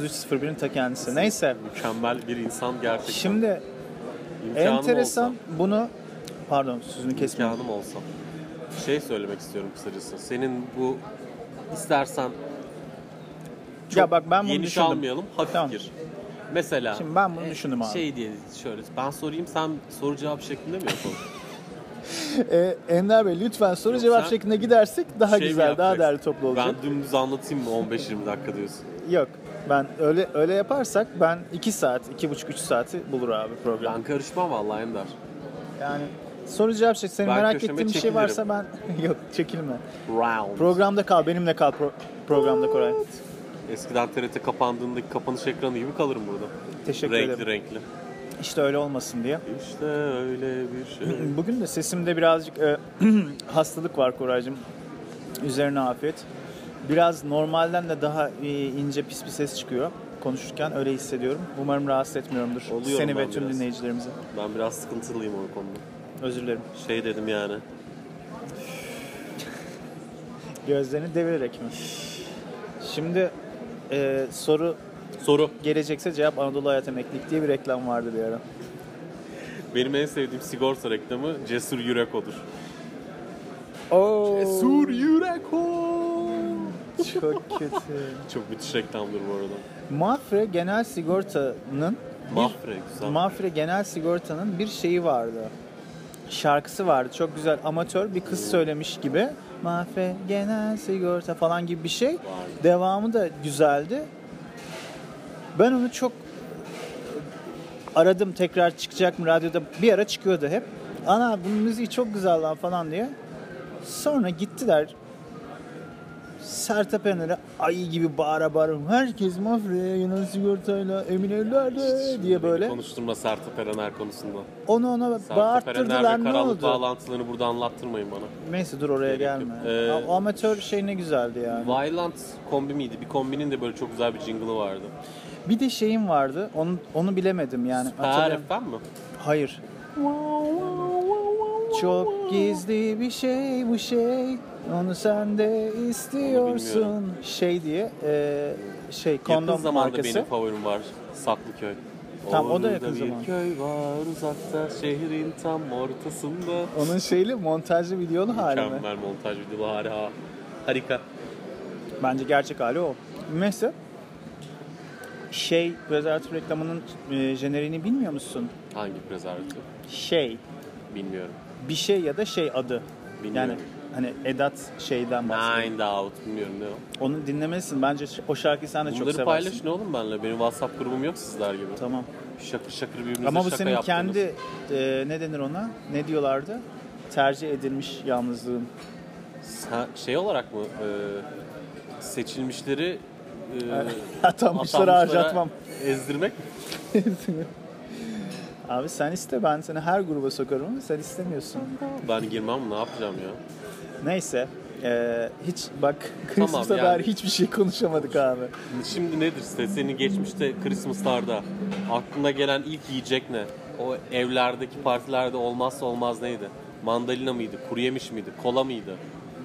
Speaker 2: 33.01'in ta kendisi. Neyse.
Speaker 3: Mükemmel bir insan gerçekten.
Speaker 2: Şimdi
Speaker 3: İmkanım
Speaker 2: enteresan
Speaker 3: olsa,
Speaker 2: bunu pardon sözünü kesmeyeyim.
Speaker 3: imkanım olsa. Şey söylemek istiyorum kısacası. Senin bu istersen çok
Speaker 2: Ya bak ben bunu
Speaker 3: geniş
Speaker 2: düşündüm.
Speaker 3: almayalım. Hafif
Speaker 2: Tamam.
Speaker 3: gir. Mesela
Speaker 2: Şimdi ben bunu düşündüm abi.
Speaker 3: Şey diye şöyle ben sorayım sen soru cevap şeklinde mi yapalım?
Speaker 2: Ee, Ender Bey lütfen soru
Speaker 3: Yok,
Speaker 2: cevap
Speaker 3: sen
Speaker 2: şeklinde gidersek daha
Speaker 3: Şey mi
Speaker 2: güzel, daha
Speaker 3: yapacaksın?
Speaker 2: değerli toplu olacak.
Speaker 3: Ben dümdüz anlatayım mı 15-20 dakika diyorsun.
Speaker 2: Yok. Ben öyle öyle yaparsak ben 2 saat, 2,5 3 saati bulur abi program.
Speaker 3: Ben karışmam vallahi Ender.
Speaker 2: Yani soru cevap şey senin
Speaker 3: Ben
Speaker 2: merak
Speaker 3: köşeme
Speaker 2: ettiğin bir şey
Speaker 3: çekilirim.
Speaker 2: varsa ben yok çekilme.
Speaker 3: Round.
Speaker 2: Programda kal, benimle kal pro- programda Koray.
Speaker 3: Eskiden TRT kapandığındaki kapanış ekranı gibi kalırım burada.
Speaker 2: Teşekkür
Speaker 3: renkli
Speaker 2: ederim.
Speaker 3: renkli.
Speaker 2: İşte öyle olmasın diye.
Speaker 3: İşte öyle bir şey.
Speaker 2: Bugün de sesimde birazcık e, hastalık var Koraycığım. Üzerine afiyet. Biraz normalden de daha e, ince pis bir ses çıkıyor konuşurken öyle hissediyorum. Umarım rahatsız etmiyorumdur
Speaker 3: Oluyorum
Speaker 2: seni ve
Speaker 3: ben
Speaker 2: tüm
Speaker 3: biraz.
Speaker 2: dinleyicilerimizi.
Speaker 3: ben biraz sıkıntılıyım o konuda.
Speaker 2: Özür dilerim.
Speaker 3: Şey dedim yani.
Speaker 2: Gözlerini devirerek mi? Şimdi e, soru
Speaker 3: Soru.
Speaker 2: gelecekse cevap Anadolu Hayat Emeklilik diye bir reklam vardı bir ara.
Speaker 3: Benim en sevdiğim sigorta reklamı Cesur Yürek odur.
Speaker 2: Oo,
Speaker 3: Cesur Yürek odur.
Speaker 2: çok kötü.
Speaker 3: Çok müthiş reklamdır bu arada.
Speaker 2: Mafre Genel Sigorta'nın
Speaker 3: Mafre güzel.
Speaker 2: Mafre Genel Sigorta'nın bir şeyi vardı. Şarkısı vardı. Çok güzel amatör bir kız söylemiş gibi. Mafre Genel Sigorta falan gibi bir şey. Devamı da güzeldi. Ben onu çok aradım tekrar çıkacak mı radyoda. Bir ara çıkıyordu hep. Ana bunun müziği çok güzel lan falan diye. Sonra gittiler. Sertab Erener'e ayı gibi bağıra bağıra herkes mafraya genel sigortayla emin evlerde diye böyle.
Speaker 3: Konuşturma Sertab Erener konusunda.
Speaker 2: Onu ona
Speaker 3: Sertab Erener ve
Speaker 2: bağırttırdılar ne
Speaker 3: karanlık
Speaker 2: oldu?
Speaker 3: bağlantılarını burada anlattırmayın bana.
Speaker 2: Neyse dur oraya
Speaker 3: Gerek
Speaker 2: gelme.
Speaker 3: yok. Ee,
Speaker 2: o amatör şey ne güzeldi yani.
Speaker 3: Violent kombi miydi? Bir kombinin de böyle çok güzel bir jingle'ı vardı.
Speaker 2: Bir de şeyim vardı. Onu onu bilemedim yani.
Speaker 3: Süper
Speaker 2: Hatırlayam-
Speaker 3: FM mi?
Speaker 2: Hayır. Çok gizli bir şey bu şey. Onu sen de istiyorsun.
Speaker 3: bilmiyorum.
Speaker 2: Şey diye e, şey
Speaker 3: Yakın
Speaker 2: kondom
Speaker 3: zamanda
Speaker 2: markası.
Speaker 3: benim favorim var. Saklıköy.
Speaker 2: Tamam, o da
Speaker 3: Orada
Speaker 2: yakın
Speaker 3: bir
Speaker 2: zaman.
Speaker 3: köy var uzakta şehrin tam ortasında.
Speaker 2: Onun şeyli montajlı videolu hali mi?
Speaker 3: Mükemmel montaj videoları harika. Harika.
Speaker 2: Bence gerçek hali o. Mesela şey prezervatif reklamının e, jeneriğini bilmiyor musun?
Speaker 3: Hangi prezervatif?
Speaker 2: Şey
Speaker 3: Bilmiyorum.
Speaker 2: bir şey ya da şey adı.
Speaker 3: Bilmiyorum.
Speaker 2: Yani hani Edat şeyden bahsediyor.
Speaker 3: Nine Out bilmiyorum ne o.
Speaker 2: Onu dinlemelisin. Bence ş- o şarkıyı sen de çok
Speaker 3: Bunları
Speaker 2: seversin.
Speaker 3: paylaşın oğlum benimle. Benim WhatsApp grubum yok sizler gibi.
Speaker 2: Tamam.
Speaker 3: Şakır şakır birbirimize
Speaker 2: Ama bu
Speaker 3: şaka
Speaker 2: senin
Speaker 3: yaptınız.
Speaker 2: kendi e, ne denir ona? Ne diyorlardı? Tercih edilmiş yalnızlığın.
Speaker 3: Sen- şey olarak mı e, seçilmişleri e,
Speaker 2: Atanmışları harcatmam.
Speaker 3: Ezdirmek mi?
Speaker 2: Abi sen iste ben seni her gruba sokarım ama sen istemiyorsun.
Speaker 3: Ben girmem ne yapacağım ya?
Speaker 2: Neyse. e, hiç bak Christmas'a
Speaker 3: yani.
Speaker 2: dair hiçbir şey konuşamadık abi.
Speaker 3: Şimdi nedir size? Senin geçmişte Christmas'larda aklına gelen ilk yiyecek ne? O evlerdeki partilerde olmazsa olmaz neydi? Mandalina mıydı? Kuru yemiş miydi? Kola mıydı?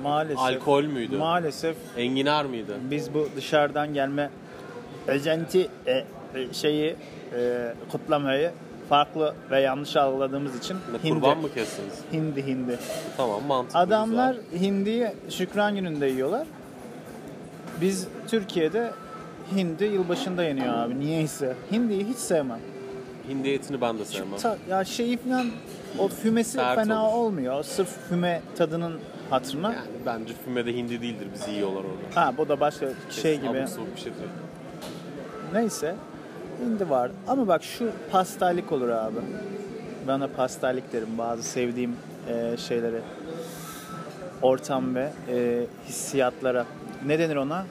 Speaker 2: Maalesef.
Speaker 3: Alkol müydü?
Speaker 2: Maalesef
Speaker 3: Enginar mıydı?
Speaker 2: biz bu dışarıdan gelme özenti e, e, şeyi e, kutlamayı farklı ve yanlış algıladığımız için
Speaker 3: Ne,
Speaker 2: hindi.
Speaker 3: Kurban mı kestiniz?
Speaker 2: Hindi hindi.
Speaker 3: Tamam mantıklı.
Speaker 2: Adamlar
Speaker 3: güzel.
Speaker 2: hindiyi şükran gününde yiyorlar. Biz Türkiye'de hindi yılbaşında yeniyor abi niyeyse. Hindiyi hiç sevmem.
Speaker 3: Hindi etini ben de sevmem.
Speaker 2: Ta- ya şeyi falan o fümesi
Speaker 3: Sert
Speaker 2: fena
Speaker 3: olur.
Speaker 2: olmuyor. Sırf füme tadının hatırına.
Speaker 3: Yani bence fümede hindi değildir. Bizi yiyorlar orada.
Speaker 2: Ha bu da başka şey
Speaker 3: Kesin
Speaker 2: gibi.
Speaker 3: abuk sabuk bir şeydir.
Speaker 2: Neyse. Hindi var. Ama bak şu pastalık olur abi. Ben de pastalık derim bazı sevdiğim e, şeylere. Ortam ve e, hissiyatlara. Ne denir ona?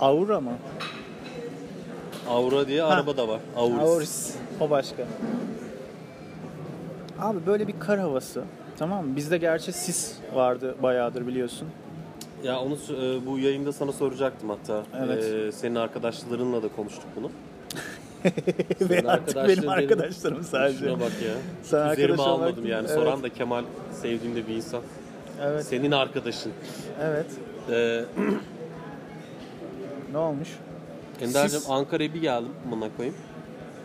Speaker 2: Aura mı?
Speaker 3: Avra diye araba da var. Auris.
Speaker 2: Auris. O başka. Abi böyle bir kar havası. Tamam mı? Bizde gerçi sis vardı bayağıdır biliyorsun.
Speaker 3: Ya onu s- e, bu yayında sana soracaktım hatta.
Speaker 2: Evet.
Speaker 3: E, senin arkadaşlarınla da konuştuk bunu.
Speaker 2: Ve artık
Speaker 3: arkadaşların
Speaker 2: benim
Speaker 3: benim-
Speaker 2: arkadaşlarım sadece.
Speaker 3: Şuna bak ya.
Speaker 2: Sen
Speaker 3: Üzerime
Speaker 2: arkadaş olarak
Speaker 3: almadım
Speaker 2: değil mi?
Speaker 3: yani.
Speaker 2: Evet.
Speaker 3: Soran da Kemal sevdiğimde bir insan.
Speaker 2: Evet,
Speaker 3: Senin arkadaşın.
Speaker 2: evet.
Speaker 3: Ee,
Speaker 2: Ne olmuş?
Speaker 3: Ender'cim Ankara'ya bir geldim. Amına koyayım.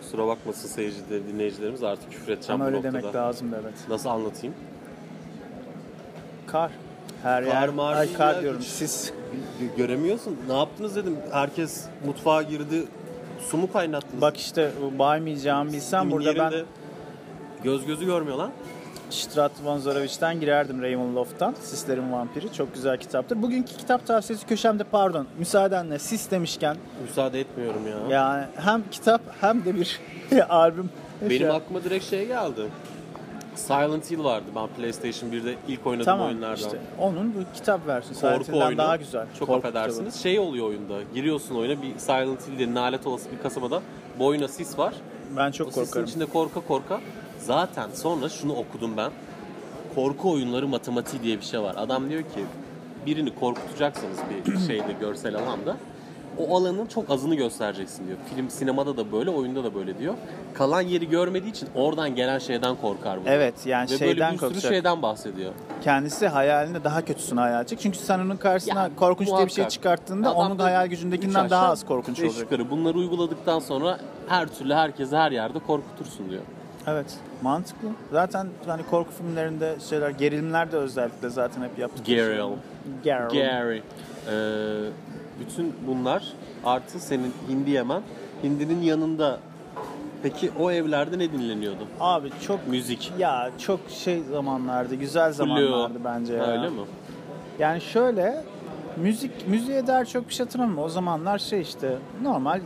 Speaker 3: Kusura bakmasın seyirciler, dinleyicilerimiz artık küfür edeceğim
Speaker 2: Ama
Speaker 3: bu
Speaker 2: öyle
Speaker 3: noktada.
Speaker 2: demek lazım evet.
Speaker 3: Nasıl anlatayım?
Speaker 2: Kar. Her
Speaker 3: Kar,
Speaker 2: yer.
Speaker 3: mar,
Speaker 2: Ay kar
Speaker 3: illa
Speaker 2: diyorum.
Speaker 3: hiç-
Speaker 2: Sis.
Speaker 3: Gö- Göremiyorsun. Ne yaptınız dedim. Herkes mutfağa girdi. Su mu kaynattınız?
Speaker 2: Bak işte e, baymayacağımı bilsem
Speaker 3: Kimin
Speaker 2: burada ben
Speaker 3: yerinde? Göz gözü görmüyor lan.
Speaker 2: Stratvon Zoravich'ten girerdim Raymond Loft'tan. Sislerin Vampiri. Çok güzel kitaptır. Bugünkü kitap tavsiyesi köşemde pardon. Müsaadenle sis demişken
Speaker 3: Müsaade etmiyorum ya.
Speaker 2: yani hem kitap hem de bir albüm.
Speaker 3: Benim
Speaker 2: Şey-
Speaker 3: aklıma direkt şey geldi. Silent Hill vardı. Ben PlayStation 1'de ilk oynadığım
Speaker 2: Tamam
Speaker 3: oyunlardan.
Speaker 2: işte onun bu kitap versiyonu.
Speaker 3: korku
Speaker 2: Korku
Speaker 3: oyunu.
Speaker 2: daha güzel.
Speaker 3: Çok
Speaker 2: Korku
Speaker 3: affedersiniz. Şey oluyor oyunda. Giriyorsun oyuna bir Silent Hill denilen lanet olası bir kasabada boyuna sis var.
Speaker 2: kitabı. Ben çok
Speaker 3: O sisin
Speaker 2: korkarım.
Speaker 3: içinde korka korka. Zaten sonra şunu okudum ben. Korku oyunları matematiği diye bir şey var. Adam diyor ki birini korkutacaksanız bir şeyde görsel alanda o alanın çok azını göstereceksin diyor. Film sinemada da böyle, oyunda da böyle diyor. Kalan yeri görmediği için oradan gelen şeyden korkar bu.
Speaker 2: Evet yani
Speaker 3: Ve böyle
Speaker 2: şeyden
Speaker 3: bir sürü şey
Speaker 2: korkacak.
Speaker 3: şeyden bahsediyor.
Speaker 2: Kendisi hayalinde daha kötüsünü hayal edecek. Çünkü sen onun karşısına
Speaker 3: Ya,
Speaker 2: korkunç diye bir şey
Speaker 3: muhakkak.
Speaker 2: çıkarttığında
Speaker 3: Adam
Speaker 2: onun
Speaker 3: da
Speaker 2: hayal
Speaker 3: üç
Speaker 2: gücündekinden
Speaker 3: aşağı,
Speaker 2: daha az korkunç
Speaker 3: beş
Speaker 2: olacak.
Speaker 3: Yukarı. Bunları uyguladıktan sonra her türlü herkesi her yerde korkutursun diyor.
Speaker 2: Evet mantıklı. Zaten hani korku filmlerinde şeyler gerilimler de özellikle zaten hep yaptık.
Speaker 3: Gerilim.
Speaker 2: Gerilim.
Speaker 3: Gary. Ee, bütün bunlar artı senin hindi yemen. Hindinin yanında peki o evlerde ne dinleniyordu?
Speaker 2: Abi çok
Speaker 3: Müzik.
Speaker 2: ya çok şey zamanlardı, güzel zamanlardı
Speaker 3: Blue.
Speaker 2: bence ya.
Speaker 3: Ha, Öyle mi?
Speaker 2: Yani şöyle müzik müziğe dair çok bir şey hatırlamıyorum. O zamanlar şey işte normal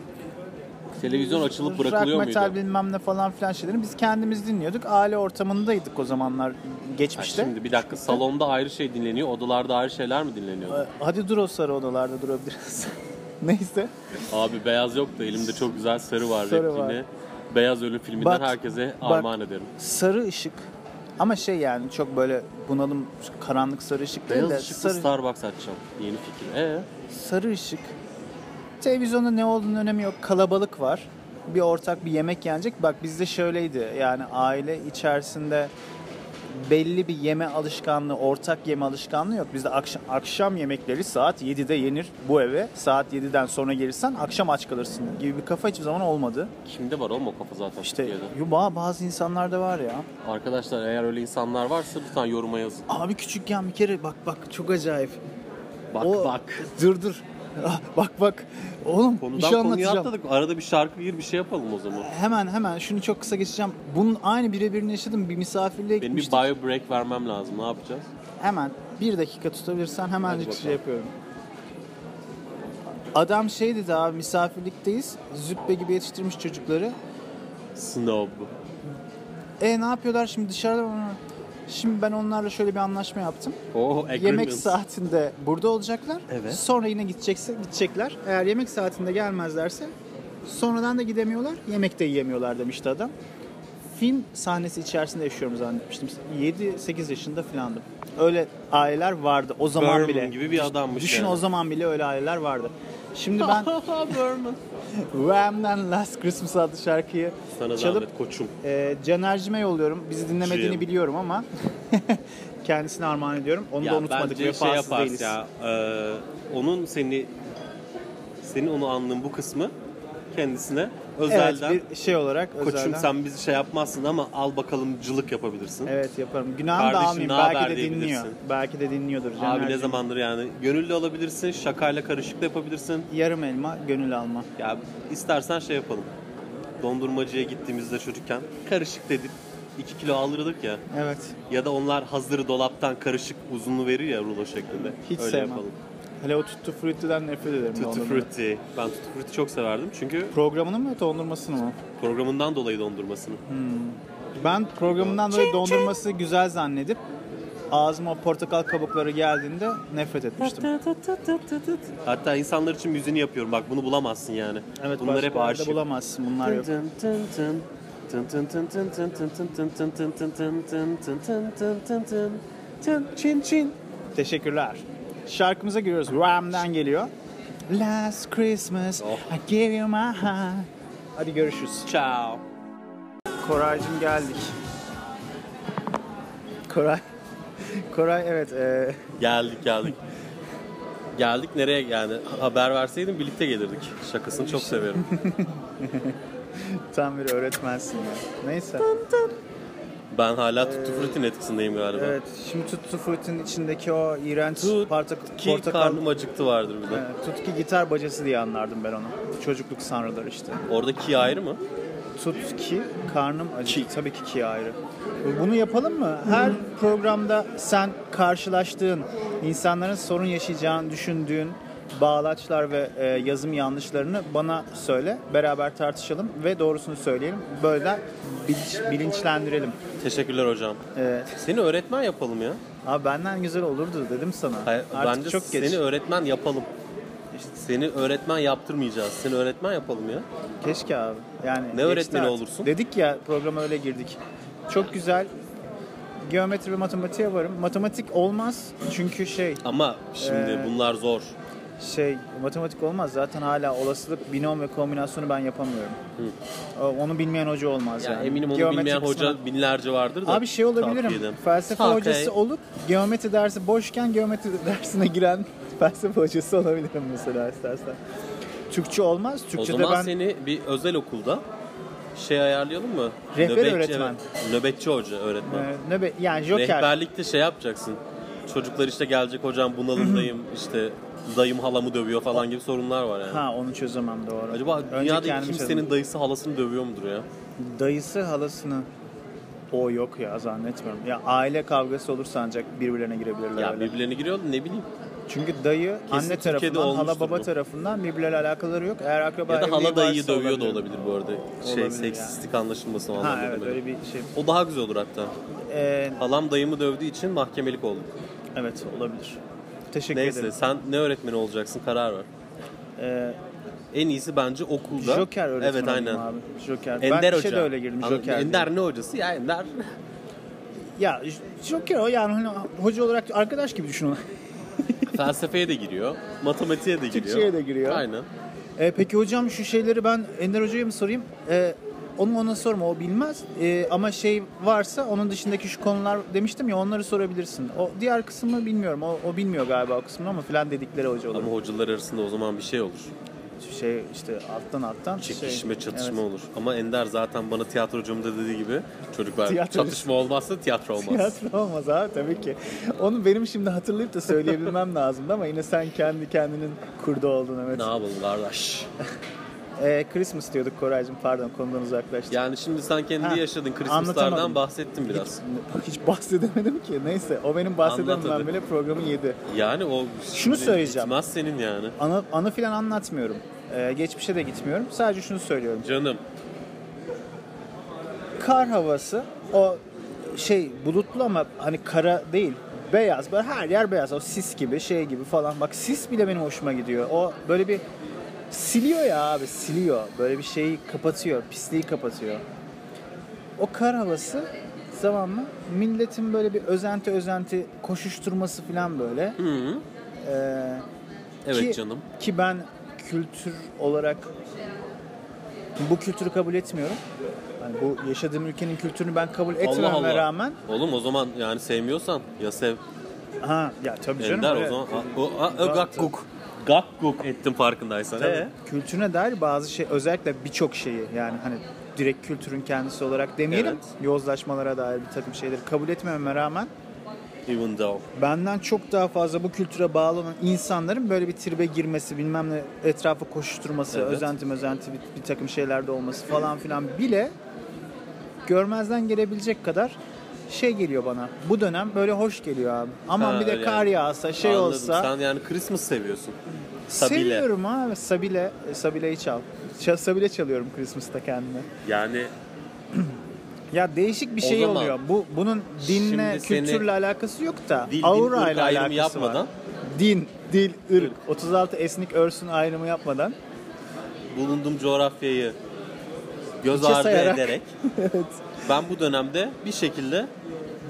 Speaker 3: Televizyon açılıp
Speaker 2: rock,
Speaker 3: bırakılıyor muydu?
Speaker 2: metal bilmem ne falan filan şeyleri biz kendimiz dinliyorduk. Aile ortamındaydık o zamanlar
Speaker 3: Ha,
Speaker 2: geçmişte.
Speaker 3: Şimdi bir dakika salonda ayrı şey dinleniyor, odalarda ayrı şeyler mi dinleniyor?
Speaker 2: Ee, Hadi dur o sarı odalarda durabiliriz. Neyse.
Speaker 3: Abi beyaz yok da elimde çok güzel sarı var
Speaker 2: Sarı
Speaker 3: repliğine.
Speaker 2: var.
Speaker 3: Beyaz Ölü filminden
Speaker 2: Bak,
Speaker 3: herkese
Speaker 2: bak.
Speaker 3: armağan ederim.
Speaker 2: Sarı ışık ama şey yani çok böyle bunalım karanlık sarı ışık değil
Speaker 3: Beyaz
Speaker 2: de
Speaker 3: ışıklı
Speaker 2: sarı,
Speaker 3: Starbucks açacağım. Yeni fikir. Ee,
Speaker 2: sarı ışık. Televizyonda ne olduğunun önemi yok. Kalabalık var. Bir ortak bir yemek yenecek. Bak bizde şöyleydi. Yani aile içerisinde belli bir yeme alışkanlığı, ortak yeme alışkanlığı yok. Bizde akşam, akşam yemekleri saat 7'de yenir bu eve. Saat 7'den sonra gelirsen akşam aç kalırsın gibi bir kafa hiçbir zaman olmadı.
Speaker 3: kimde var oğlum o kafa zaten
Speaker 2: İşte
Speaker 3: Türkiye'de.
Speaker 2: yuba bazı insanlarda var ya.
Speaker 3: Arkadaşlar eğer öyle insanlar varsa lütfen yoruma yazın.
Speaker 2: Abi küçükken bir kere bak bak çok acayip.
Speaker 3: Bak
Speaker 2: O-
Speaker 3: bak.
Speaker 2: Dur dur. Ah, bak bak. Oğlum bir
Speaker 3: Konudan
Speaker 2: şey
Speaker 3: konuya
Speaker 2: anlatacağım.
Speaker 3: atladık. Arada bir şarkı gir bir şey yapalım o zaman.
Speaker 2: Hemen hemen şunu çok kısa geçeceğim. Bunun aynı birebirini yaşadım. Bir misafirliğe
Speaker 3: Benim bir
Speaker 2: gitmiştik.
Speaker 3: bio break vermem lazım. Ne yapacağız?
Speaker 2: Hemen bir dakika tutabilirsen hemen
Speaker 3: Hadi
Speaker 2: şey
Speaker 3: bakalım.
Speaker 2: yapıyorum. Adam şey dedi abi misafirlikteyiz. Züppe gibi yetiştirmiş çocukları.
Speaker 3: Snob.
Speaker 2: E ne yapıyorlar şimdi dışarıda? Şimdi ben onlarla şöyle bir anlaşma yaptım.
Speaker 3: Oh, agreement.
Speaker 2: Yemek saatinde burada olacaklar.
Speaker 3: Evet.
Speaker 2: Sonra yine gidecekse gidecekler. Eğer yemek saatinde gelmezlerse sonradan da gidemiyorlar. Yemek de yiyemiyorlar demişti adam. Film sahnesi içerisinde yaşıyorum zannetmiştim. 7-8 yaşında filandım. Öyle aileler vardı o zaman
Speaker 3: Berman
Speaker 2: bile.
Speaker 3: gibi bir adammış
Speaker 2: Düşün
Speaker 3: yani.
Speaker 2: o zaman bile öyle aileler vardı. Şimdi ben
Speaker 3: Berman.
Speaker 2: Wham'den Last Christmas adlı şarkıyı
Speaker 3: Sana
Speaker 2: çalıp
Speaker 3: zahmet koçum.
Speaker 2: e, Caner'cime yolluyorum. Bizi dinlemediğini
Speaker 3: Cim.
Speaker 2: biliyorum ama kendisine armağan ediyorum. Onu da unutmadık.
Speaker 3: bence şey
Speaker 2: Vefasız
Speaker 3: yaparsın
Speaker 2: değiliz.
Speaker 3: ya. e, onun seni senin onu anlığın bu kısmı kendisine özelden
Speaker 2: Evet bir şey olarak
Speaker 3: koçum
Speaker 2: özelden.
Speaker 3: sen bizi şey yapmazsın ama al bakalımcılık yapabilirsin.
Speaker 2: Evet yaparım. Günahını da
Speaker 3: Kardeşim,
Speaker 2: almayayım.
Speaker 3: ne
Speaker 2: Belki
Speaker 3: haber
Speaker 2: de dinliyor.
Speaker 3: diyebilirsin.
Speaker 2: Belki de dinliyordur.
Speaker 3: Abi ne
Speaker 2: Caner'cim.
Speaker 3: zamandır yani gönüllü olabilirsin, şakayla karışık da yapabilirsin.
Speaker 2: Yarım elma gönül alma.
Speaker 3: Ya istersen şey yapalım. dondurmacıya gittiğimizde çocukken karışık dedik 2 kilo alırdık ya.
Speaker 2: Evet.
Speaker 3: Ya da onlar hazır dolaptan karışık uzunlu veriyor ya rulo şeklinde.
Speaker 2: Hiç
Speaker 3: Öyle
Speaker 2: sevmem.
Speaker 3: yapalım.
Speaker 2: Hele o Tutti Frutti'den nefret ederim.
Speaker 3: Tutti
Speaker 2: dondurma.
Speaker 3: Frutti. Ben Tutti Frutti çok severdim çünkü
Speaker 2: Programını mı dondurmasını mı?
Speaker 3: programından dolayı dondurmasını.
Speaker 2: Ben programından dolayı dondurması güzel zannedip ağzıma o portakal kabukları geldiğinde nefret etmiştim.
Speaker 3: Hatta insanlar için müziğini yapıyorum. Bak bunu bulamazsın yani.
Speaker 2: Evet
Speaker 3: Bunlar hep
Speaker 2: başka yerde
Speaker 3: arşiv.
Speaker 2: bulamazsın. Bunlar yok.
Speaker 3: Çin çin.
Speaker 2: Teşekkürler. Şarkımıza giriyoruz. Wham'den geliyor. Last Christmas
Speaker 3: Oh.
Speaker 2: I gave you my heart. Hadi görüşürüz.
Speaker 3: Ciao.
Speaker 2: Koraycığım geldik. Koray. Koray evet. e,
Speaker 3: Geldik geldik. Geldik nereye yani haber verseydin birlikte gelirdik. Şakasını çok severim.
Speaker 2: tam bir öğretmensin ya. Neyse.
Speaker 3: Ben hala Tutti Frutti'nin etkisindeyim galiba.
Speaker 2: Evet. Şimdi Tutti Fruit'in içindeki o iğrenç
Speaker 3: Tut
Speaker 2: portak-
Speaker 3: ki
Speaker 2: portakal
Speaker 3: karnım acıktı vardır bir de.
Speaker 2: Evet, tutki gitar bacası diye anlardım ben onu. Çocukluk sanrıları işte.
Speaker 3: Orada ki ayrı mı?
Speaker 2: Tutki, karnım acı. Tabii ki ki ayrı. Bunu yapalım mı? Her programda sen karşılaştığın, insanların sorun yaşayacağını düşündüğün bağlaçlar ve e, yazım yanlışlarını bana söyle. Beraber tartışalım ve doğrusunu söyleyelim. Böyle bilinç, bilinçlendirelim.
Speaker 3: Teşekkürler hocam.
Speaker 2: E,
Speaker 3: Seni öğretmen yapalım ya.
Speaker 2: abi benden güzel olurdu dedim sana.
Speaker 3: Hayır,
Speaker 2: Artık
Speaker 3: bence
Speaker 2: çok geç.
Speaker 3: seni öğretmen yapalım. İşte seni öğretmen yaptırmayacağız. Seni öğretmen yapalım ya.
Speaker 2: Keşke abi. Yani geçti
Speaker 3: öğretmeni
Speaker 2: artık.
Speaker 3: olursun?
Speaker 2: Dedik ya programa öyle girdik. Çok güzel. Geometri ve matematiğe varım. Matematik olmaz çünkü şey
Speaker 3: Ama şimdi
Speaker 2: Ee,
Speaker 3: bunlar zor.
Speaker 2: şey matematik olmaz zaten hala olasılık binom ve kombinasyonu ben yapamıyorum. O- Onu bilmeyen hoca olmaz
Speaker 3: Yani
Speaker 2: yani.
Speaker 3: eminim onu
Speaker 2: Geometri
Speaker 3: bilmeyen
Speaker 2: kısmına-
Speaker 3: hoca binlerce vardır da.
Speaker 2: Abi şey olabilirim.
Speaker 3: takviyedim.
Speaker 2: Felsefe
Speaker 3: Takay.
Speaker 2: hocası olup geometri dersi boşken geometri dersine giren felsefe hocası olabilirim mesela istersen. Türkçe olmaz.
Speaker 3: O
Speaker 2: Türkçe'de
Speaker 3: zaman
Speaker 2: ben
Speaker 3: seni bir özel okulda şey ayarlayalım mı?
Speaker 2: Rehber öğretmen.
Speaker 3: evet. Nöbetçi hoca öğretmen.
Speaker 2: e, ne be, yani joker.
Speaker 3: Rehberlikte şey yapacaksın. Çocuklar işte gelecek hocam bunalımdayım işte dayım halamı dövüyor falan gibi sorunlar var yani.
Speaker 2: Ha onu çözemem doğru.
Speaker 3: Acaba
Speaker 2: Önce
Speaker 3: dünyada
Speaker 2: kendim
Speaker 3: kimsenin
Speaker 2: çözemem.
Speaker 3: dayısı halasını dövüyor mudur ya?
Speaker 2: dayısı halasını o yok ya zannetmiyorum. Ya aile kavgası olursa ancak birbirlerine girebilirler.
Speaker 3: Ya
Speaker 2: öyle.
Speaker 3: birbirlerine giriyor da ne bileyim.
Speaker 2: Çünkü dayı anne
Speaker 3: Türkiye'de
Speaker 2: tarafından hala
Speaker 3: olmuştur
Speaker 2: baba
Speaker 3: bu.
Speaker 2: tarafından birbirleriyle alakaları yok. Eğer akraba
Speaker 3: Ya da
Speaker 2: evliliği
Speaker 3: hala dayıyı
Speaker 2: varsa
Speaker 3: dövüyor da olabilir bu arada. Şey
Speaker 2: Olabilir
Speaker 3: seksistlik anlaşılmasın
Speaker 2: Ha
Speaker 3: anlamında
Speaker 2: evet
Speaker 3: böyle.
Speaker 2: öyle bir şey.
Speaker 3: O daha güzel olur hatta.
Speaker 2: Ee,
Speaker 3: Halam dayımı dövdüğü için mahkemelik oldu.
Speaker 2: evet olabilir. Teşekkür
Speaker 3: Neyse
Speaker 2: ederim.
Speaker 3: sen ne öğretmeni olacaksın karar ver.
Speaker 2: Ee,
Speaker 3: En iyisi bence okulda.
Speaker 2: Joker öğretmen
Speaker 3: Evet aynen.
Speaker 2: abi. Joker.
Speaker 3: Ender
Speaker 2: ben
Speaker 3: Hoca.
Speaker 2: işe de öyle girdim.
Speaker 3: Anladın mı?
Speaker 2: Joker. diye.
Speaker 3: Ender ne hocası ya Ender.
Speaker 2: Ya Joker o yani hani hoca olarak arkadaş gibi düşün onu.
Speaker 3: Felsefeye de giriyor. Matematiğe de giriyor.
Speaker 2: Türkçeye de giriyor.
Speaker 3: Aynen.
Speaker 2: E, peki hocam şu şeyleri ben Ender Hoca'ya mı sorayım? E, onu ona sorma o bilmez. E, ama şey varsa onun dışındaki şu konular demiştim ya onları sorabilirsin. O diğer kısmı bilmiyorum. O, o bilmiyor galiba o kısmını ama filan dedikleri hoca olur.
Speaker 3: Ama hocalar arasında o zaman bir şey olur.
Speaker 2: Şu Şey işte alttan alttan. şey-
Speaker 3: Çekişme, çatışma
Speaker 2: Evet.
Speaker 3: olur. Ama Ender zaten bana tiyatro hocam da dediği gibi çocuklar
Speaker 2: Tiyatro-
Speaker 3: çatışma olmazsa tiyatro olmaz.
Speaker 2: Tiyatro olmaz abi tabii ki. Onu benim şimdi hatırlayıp da söyleyebilmem lazımdı ama yine sen kendi kendinin kurdu oldun evet.
Speaker 3: Ne yapalım kardeş?
Speaker 2: E, Christmas diyorduk Koraycığım pardon konudan uzaklaştık.
Speaker 3: Yani şimdi sen kendi
Speaker 2: Ha,
Speaker 3: yaşadığın
Speaker 2: anlatamadım.
Speaker 3: Christmas'lardan bahsettin biraz.
Speaker 2: Hiç bahsedemedim ki. Neyse o benim bahsedememem
Speaker 3: Anlatadım.
Speaker 2: bile programı yedi.
Speaker 3: Yani o
Speaker 2: Şunu söyleyeceğim.
Speaker 3: Bitmez senin yani.
Speaker 2: Anı, anı filan anlatmıyorum. Ee, geçmişe de gitmiyorum. Sadece şunu söylüyorum.
Speaker 3: Canım.
Speaker 2: Kar havası o şey bulutlu ama hani kara değil. Beyaz. Böyle her yer beyaz. O sis gibi şey gibi falan. Bak sis bile benim hoşuma gidiyor. O böyle bir siliyor ya abi siliyor. Böyle bir şeyi kapatıyor. Pisliği kapatıyor. O kar havası tamam mı? Milletin böyle bir özenti özenti koşuşturması falan böyle.
Speaker 3: Hı.
Speaker 2: Ee,
Speaker 3: Evet
Speaker 2: ki,
Speaker 3: canım.
Speaker 2: Ki ben kültür olarak bu kültürü kabul etmiyorum. Yani bu yaşadığım ülkenin kültürünü ben kabul etmeme
Speaker 3: Allah Allah.
Speaker 2: rağmen
Speaker 3: Oğlum o zaman yani sevmiyorsan ya sev.
Speaker 2: ha ya tabii canım.
Speaker 3: Ender
Speaker 2: öyle.
Speaker 3: o zaman. A, o, a,
Speaker 2: Tabii,
Speaker 3: ö, gakkuk. Gakkuk ettim farkındaysan.
Speaker 2: Tabii.
Speaker 3: Ee?
Speaker 2: Kültürüne dair bazı şey özellikle birçok şeyi yani hani direkt kültürün kendisi olarak demeyelim.
Speaker 3: Evet.
Speaker 2: Yozlaşmalara dair bir takım şeyleri kabul etmeme rağmen
Speaker 3: Even though.
Speaker 2: benden çok daha fazla bu kültüre bağlı olan insanların böyle bir tribe girmesi, bilmem ne etrafa koşuşturması,
Speaker 3: Evet.
Speaker 2: özenti mözenti bir, bir takım şeylerde olması falan filan bile görmezden gelebilecek kadar şey geliyor bana. Bu dönem böyle hoş geliyor abi. Aman
Speaker 3: Ha,
Speaker 2: bir de
Speaker 3: öyle
Speaker 2: kar
Speaker 3: yani.
Speaker 2: yağsa, şey
Speaker 3: Anladım.
Speaker 2: olsa.
Speaker 3: Sen yani Christmas seviyorsun. Sabile.
Speaker 2: Seviyorum abi. Sabile, e, Sabile'yi çal. Ç- Sabile çalıyorum Christmas'ta kendime.
Speaker 3: Yani
Speaker 2: Ya değişik bir
Speaker 3: O
Speaker 2: şey
Speaker 3: zaman-
Speaker 2: oluyor. Bu bunun dinle,
Speaker 3: Şimdi seni-
Speaker 2: kültürle alakası yok da
Speaker 3: Dil, din,
Speaker 2: aura
Speaker 3: ırk
Speaker 2: ile
Speaker 3: ayrımı
Speaker 2: alakası var.
Speaker 3: yapmadan-
Speaker 2: Din, dil, ırk, 36 esnik örsün ayrımı yapmadan
Speaker 3: bulunduğum coğrafyayı göz
Speaker 2: İçe
Speaker 3: ardı
Speaker 2: sayarak.
Speaker 3: ederek ben bu dönemde bir şekilde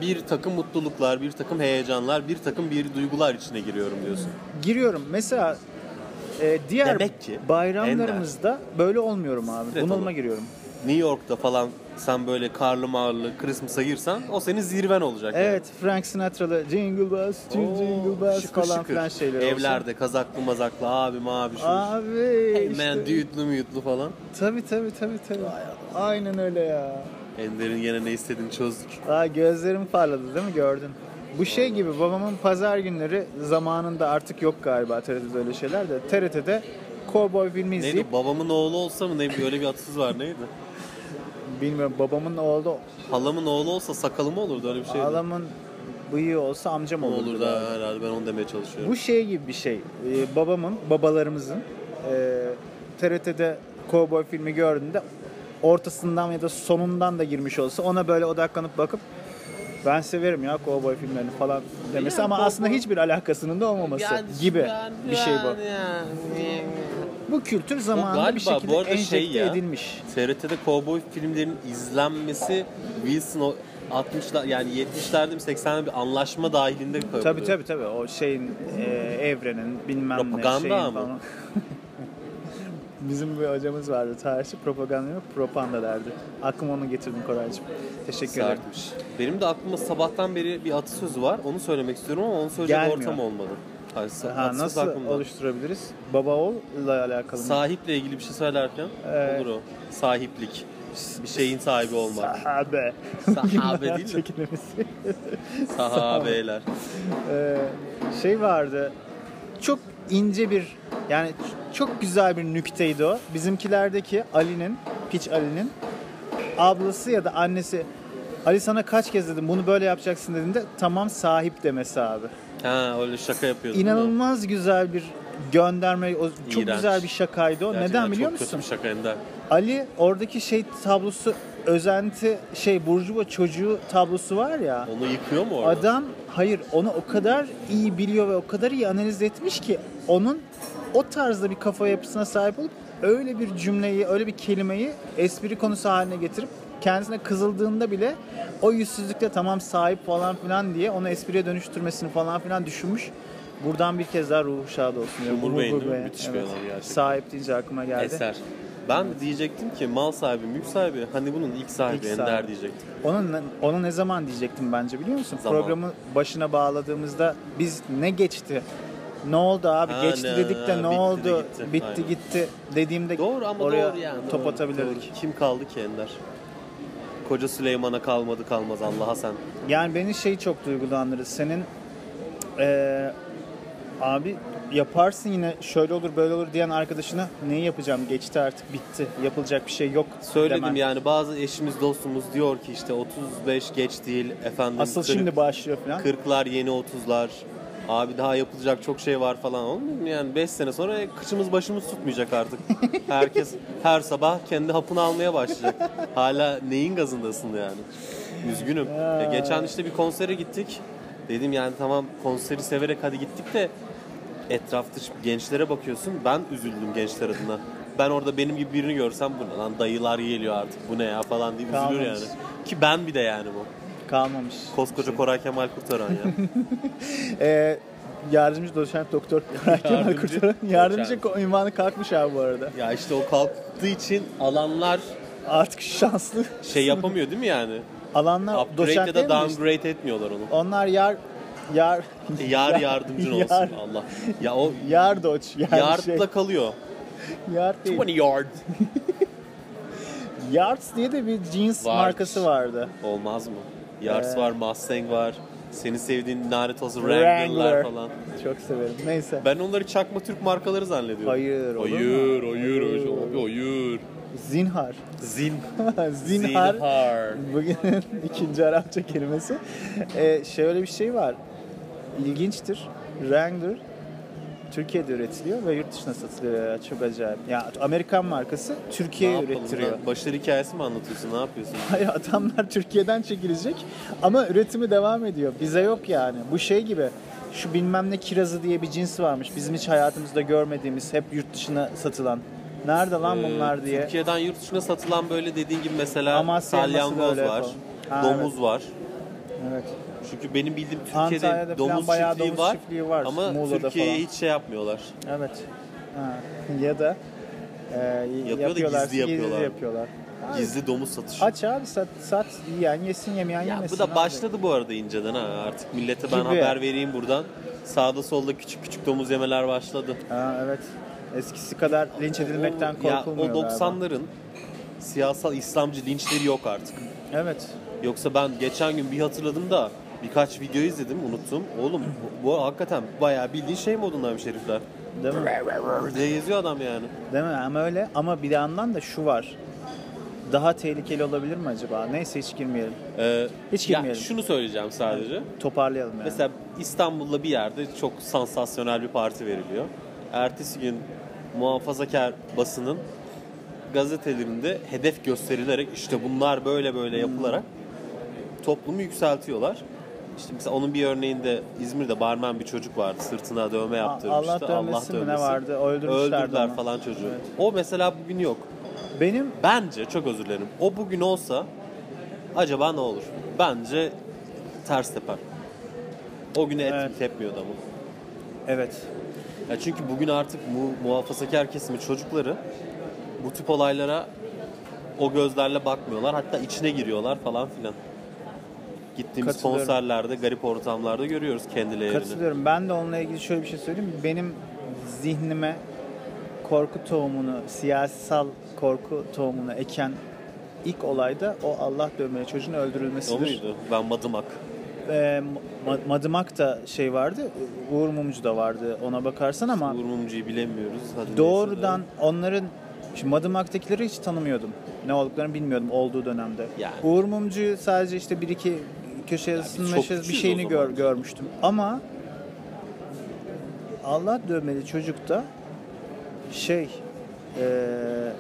Speaker 3: bir takım mutluluklar, bir takım heyecanlar, bir takım bir duygular içine giriyorum diyorsun.
Speaker 2: giriyorum. Mesela e, diğer
Speaker 3: Demek ki
Speaker 2: bayramlarımızda böyle olmuyorum abi.
Speaker 3: Stret
Speaker 2: Bunalıma
Speaker 3: olur.
Speaker 2: giriyorum.
Speaker 3: New York'ta falan sen böyle karlı marlı Christmas'a girsen o senin zirven olacak. yani.
Speaker 2: Evet, Frank Sinatra'lı Jingle Bells,
Speaker 3: Oo,
Speaker 2: Jingle Bells
Speaker 3: şıkır
Speaker 2: falan
Speaker 3: şıkır.
Speaker 2: filan şeyler olsa.
Speaker 3: Evlerde kazaklı mazaklı abim abi şu.
Speaker 2: Abi
Speaker 3: Hey
Speaker 2: işte.
Speaker 3: man düğütlü müyütlü falan.
Speaker 2: Tabii tabii tabii tabii. Aynen öyle ya.
Speaker 3: Ender'in gene ne istediğini çözdük.
Speaker 2: Aa gözlerim parladı değil mi gördün? Bu şey gibi babamın pazar günleri zamanında artık yok galiba TRT'de öyle şeyler de TRT'de Cowboy filmi
Speaker 3: Neydi
Speaker 2: izleyip
Speaker 3: babamın oğlu olsa mı ne bir- öyle bir atsız var neydi?
Speaker 2: bilmiyorum babamın oğlu
Speaker 3: Halamın oğlu olsa sakalı mı olurdu öyle bir şey.
Speaker 2: adamın bıyığı olsa amcam
Speaker 3: Ne
Speaker 2: olurdu.
Speaker 3: olur da herhalde ben onu demeye çalışıyorum.
Speaker 2: Bu şey gibi bir şey. Ee, babamın, babalarımızın e, TRT'de Cowboy filmi gördüğünde ortasından ya da sonundan da girmiş olsa ona böyle odaklanıp bakıp ben severim ya Cowboy filmlerini falan demesi
Speaker 3: Ya,
Speaker 2: ama
Speaker 3: cowboy-
Speaker 2: aslında hiçbir alakasının da olmaması gibi bir şey bu. Bu kültür zamanında
Speaker 3: galiba
Speaker 2: bir
Speaker 3: bu
Speaker 2: şekilde
Speaker 3: arada şey
Speaker 2: enjekte
Speaker 3: ya.
Speaker 2: edilmiş.
Speaker 3: TRT'de kovboy filmlerinin izlenmesi Wilson o 60'lar yani 70'lerde mi 80'lerde bir anlaşma dahilinde koyuluyor.
Speaker 2: Tabii tabii tabii o şeyin e, evrenin bilmem
Speaker 3: Propaganda
Speaker 2: ne şeyin
Speaker 3: mı?
Speaker 2: falan. Bizim bir hocamız vardı tarihçi propaganda yok propaganda derdi. Aklıma onu getirdin Koraycığım. Teşekkür ederim.
Speaker 3: Sertmiş. Benim de aklımda sabahtan beri bir atasözü var. Onu söylemek istiyorum ama onu söyleyecek
Speaker 2: Gelmiyor.
Speaker 3: ortam olmadı. Hayır, sa-
Speaker 2: Ha,
Speaker 3: atasöz
Speaker 2: nasıl
Speaker 3: aklımda.
Speaker 2: oluşturabiliriz? Baba oğulla alakalı mı?
Speaker 3: Sahiple ilgili bir şey söylerken
Speaker 2: Ee,
Speaker 3: olur o. Sahiplik. Bir şeyin sahibi olmak.
Speaker 2: Sahabe.
Speaker 3: Sahabe değil mi?
Speaker 2: Çekilemesi.
Speaker 3: Sahabeler.
Speaker 2: Ee, şey vardı. Çok ince bir yani ç- çok güzel bir nükteydi o. Bizimkilerdeki Ali'nin, Piç Ali'nin ablası ya da annesi Ali sana kaç kez dedim bunu böyle yapacaksın dediğinde tamam sahip demesi abi.
Speaker 3: Ha öyle şaka yapıyordun. değil mi?
Speaker 2: İnanılmaz güzel bir gönderme, o çok
Speaker 3: İğrenç.
Speaker 2: güzel bir şakaydı o.
Speaker 3: Gerçekten
Speaker 2: Neden biliyor
Speaker 3: çok
Speaker 2: musun?
Speaker 3: Kötü bir şaka Ender.
Speaker 2: Ali oradaki şey tablosu özenti şey burjuva çocuğu tablosu var ya.
Speaker 3: Onu yıkıyor mu orada?
Speaker 2: Adam hayır onu o kadar iyi biliyor ve o kadar iyi analiz etmiş ki onun o tarzda bir kafa yapısına sahip olup öyle bir cümleyi, öyle bir kelimeyi espri konusu haline getirip kendisine kızıldığında bile o yüzsüzlükle tamam sahip falan filan diye onu espriye dönüştürmesini falan filan düşünmüş. Buradan bir kez daha ruhu şad olsun. diyorum.
Speaker 3: Umur
Speaker 2: Ruhu
Speaker 3: Bey'in değil mi?
Speaker 2: be.
Speaker 3: Müthiş bir adam gerçekten.
Speaker 2: Sahip deyince aklıma geldi.
Speaker 3: Eser. Ben de diyecektim ki mal sahibi, mülk sahibi hani bunun ilk sahibi
Speaker 2: İlk
Speaker 3: Ender
Speaker 2: sahibi.
Speaker 3: diyecektim.
Speaker 2: Onun onu ne zaman diyecektim bence biliyor musun?
Speaker 3: Zaman.
Speaker 2: Programı başına bağladığımızda biz ne geçti? Ne oldu abi?
Speaker 3: Ha,
Speaker 2: geçti
Speaker 3: ne-
Speaker 2: dedik de ne
Speaker 3: bitti de
Speaker 2: oldu?
Speaker 3: gitti.
Speaker 2: Bitti
Speaker 3: Aynen.
Speaker 2: gitti dediğimde
Speaker 3: Doğru ama
Speaker 2: oraya
Speaker 3: doğru yani.
Speaker 2: top
Speaker 3: Doğru,
Speaker 2: atabilirdik.
Speaker 3: doğru. Kim kaldı ki Ender? Koca Süleyman'a kalmadı kalmaz Allah'a sen.
Speaker 2: Yani beni şey çok duygulandırır. Senin eee, abi yaparsın yine şöyle olur böyle olur diyen arkadaşına neyi yapacağım geçti artık bitti yapılacak bir şey yok
Speaker 3: Söyledim
Speaker 2: demen.
Speaker 3: yani bazı eşimiz dostumuz diyor ki işte 35 geç değil efendim.
Speaker 2: Asıl
Speaker 3: 40
Speaker 2: şimdi başlıyor falan.
Speaker 3: 40'lar yeni 30'lar. Abi daha yapılacak çok şey var falan olmuyor mu? Yani 5 sene sonra kıçımız başımız tutmayacak artık. Herkes her sabah kendi hapını almaya başlayacak. Hala neyin gazındasın yani? Üzgünüm. Ya geçen işte bir konsere gittik. Dedim yani tamam konseri severek hadi gittik de etrafta şimdi gençlere bakıyorsun. Ben üzüldüm gençler adına. Ben orada benim gibi birini görsem bu ne lan dayılar geliyor artık bu ne ya falan diye üzülür
Speaker 2: Kalmamış.
Speaker 3: yani. Ki ben bir de yani bu.
Speaker 2: Kalmamış.
Speaker 3: Koskoca Koray Kemal Kurtaran ya.
Speaker 2: Ee, yardımcı doçent doktor Koray Kemal
Speaker 3: Yardımcı
Speaker 2: Kurtaran. Yardımcı
Speaker 3: doçent.
Speaker 2: ko- ünvanı kalkmış abi bu arada.
Speaker 3: Ya işte o kalktığı için alanlar
Speaker 2: Artık şanslı
Speaker 3: şey yapamıyor değil mi yani?
Speaker 2: alanlar
Speaker 3: Upgrade
Speaker 2: doçent
Speaker 3: ya da
Speaker 2: değil mi?
Speaker 3: downgrade etmiyorlar onu.
Speaker 2: Onlar yar yar
Speaker 3: Yar yardımcın olsun
Speaker 2: Yar,
Speaker 3: Allah. Ya o
Speaker 2: yar doç. Yani
Speaker 3: yardla
Speaker 2: şey,
Speaker 3: kalıyor.
Speaker 2: yar değil.
Speaker 3: 20 yard.
Speaker 2: Yards diye de bir jeans
Speaker 3: Var.
Speaker 2: markası vardı. Ee.
Speaker 3: Olmaz mı? Yards var, Mustang var, Senin sevdiğin lanet olsun
Speaker 2: Wrangler.
Speaker 3: Wrangler'lar falan.
Speaker 2: Çok severim. Neyse.
Speaker 3: Ben onları çakma Türk markaları zannediyorum.
Speaker 2: Hayır, olur mu?
Speaker 3: Hayır, hayır, hayır, abi, hayır.
Speaker 2: Zinhar.
Speaker 3: Zin.
Speaker 2: Zinhar. Bugünün ikinci Arapça kelimesi. Ee, şöyle bir şey var. İlginçtir. Wrangler Türkiye'de üretiliyor ve yurt dışına satılıyor. ya. Çok acayip. Ya Amerikan markası
Speaker 3: Ne
Speaker 2: Türkiye'ye
Speaker 3: yapalım
Speaker 2: ürettiriyor.
Speaker 3: lan? Başarı hikayesi mi anlatıyorsun? Ne yapıyorsun?
Speaker 2: Hayır adamlar Türkiye'den çekilecek ama üretimi devam ediyor. Bize yok yani. Bu şey gibi şu bilmem ne kirazı diye bir cins varmış. Bizim hiç hayatımızda görmediğimiz hep yurt dışına satılan. Nerede lan
Speaker 3: Ee,
Speaker 2: bunlar diye.
Speaker 3: Türkiye'den yurt dışına satılan böyle dediğin gibi mesela
Speaker 2: Amasya elması
Speaker 3: salyangoz
Speaker 2: böyle
Speaker 3: var,
Speaker 2: falan. Ha,
Speaker 3: domuz var.
Speaker 2: Evet.
Speaker 3: Çünkü benim bildiğim
Speaker 2: Antalya'da
Speaker 3: Türkiye'de
Speaker 2: falan
Speaker 3: domuz
Speaker 2: bayağı
Speaker 3: çiftliği,
Speaker 2: domuz
Speaker 3: var,
Speaker 2: çiftliği var,
Speaker 3: ama
Speaker 2: Muğla'da
Speaker 3: Türkiye'ye
Speaker 2: falan.
Speaker 3: hiç şey yapmıyorlar.
Speaker 2: Evet. Ha. ya da e,
Speaker 3: Yapıyor da
Speaker 2: yapıyorlar,
Speaker 3: gizli yapıyorlar.
Speaker 2: yapıyorlar. Abi,
Speaker 3: Gizli domuz satışı.
Speaker 2: Aç abi sat, sat yiyen yesin yemeyen
Speaker 3: Ya
Speaker 2: yemesin.
Speaker 3: bu da
Speaker 2: abi.
Speaker 3: başladı bu arada inceden ha. Artık millete ben
Speaker 2: Gibi.
Speaker 3: haber vereyim buradan. Sağda solda küçük küçük domuz yemeler başladı.
Speaker 2: Ha, evet. Eskisi kadar linç edilmekten
Speaker 3: O- ya
Speaker 2: korkulmuyor
Speaker 3: O
Speaker 2: galiba.
Speaker 3: 90'ların siyasal İslamcı linçleri yok artık.
Speaker 2: Evet.
Speaker 3: Yoksa ben geçen gün bir hatırladım da birkaç video izledim unuttum. Oğlum bu, bu hakikaten bayağı bildiğin şey modundaymış herifler.
Speaker 2: Değil mi?
Speaker 3: Diye geziyor adam yani.
Speaker 2: Değil mi? Ama öyle. Ama bir yandan da şu var. Daha tehlikeli olabilir mi acaba? Neyse hiç girmeyelim.
Speaker 3: Ee,
Speaker 2: Hiç
Speaker 3: ya
Speaker 2: girmeyelim.
Speaker 3: şunu söyleyeceğim sadece.
Speaker 2: Toparlayalım yani.
Speaker 3: Mesela İstanbul'da bir yerde çok sansasyonel bir parti veriliyor. Ertesi gün muhafazakar basının gazetelerinde hedef gösterilerek işte bunlar böyle böyle
Speaker 2: Hmm.
Speaker 3: yapılarak toplumu yükseltiyorlar. İşte mesela onun bir örneğinde İzmir'de barmen bir çocuk vardı. Sırtına dövme yaptırmıştı.
Speaker 2: Allah dövmesi mi ne vardı? Öldürmüşlerdi
Speaker 3: Öldürdüler
Speaker 2: onu.
Speaker 3: falan çocuğu.
Speaker 2: Evet.
Speaker 3: O mesela bugün yok.
Speaker 2: Benim
Speaker 3: Bence çok özür dilerim. O bugün olsa acaba ne olur? Bence ters teper. O güne et
Speaker 2: Evet.
Speaker 3: tepmiyordu ama.
Speaker 2: evet.
Speaker 3: Ya çünkü bugün artık mu- muhafazakar kesimi çocukları bu tip olaylara o gözlerle bakmıyorlar. Hatta içine giriyorlar falan filan. Gittiğimiz
Speaker 2: Katılıyorum.
Speaker 3: konserlerde, garip ortamlarda görüyoruz kendilerini.
Speaker 2: Katılıyorum. Ben de onunla ilgili şöyle bir şey söyleyeyim. mi? Benim zihnime korku tohumunu, siyasal korku tohumunu eken ilk olayda o Allah dövmeli çocuğun
Speaker 3: O
Speaker 2: öldürülmesidir.
Speaker 3: muydu? Ben madımak.
Speaker 2: Ee, Ma- Madımak da şey vardı, Uğur Mumcu da vardı ona bakarsan ama
Speaker 3: Uğur Mumcu'yu bilemiyoruz. Hadi
Speaker 2: doğrudan
Speaker 3: neyse
Speaker 2: onların şimdi Madımak'takileri hiç tanımıyordum. Ne olduklarını bilmiyordum olduğu dönemde.
Speaker 3: Yani.
Speaker 2: Uğur Mumcu'yu sadece işte bir iki köşe yazısının
Speaker 3: çok
Speaker 2: meşe- bir
Speaker 3: küçüğüz
Speaker 2: şeyini
Speaker 3: o
Speaker 2: gör,
Speaker 3: zaman.
Speaker 2: görmüştüm. Ama Allah dövmeli çocukta şey eee, Ee,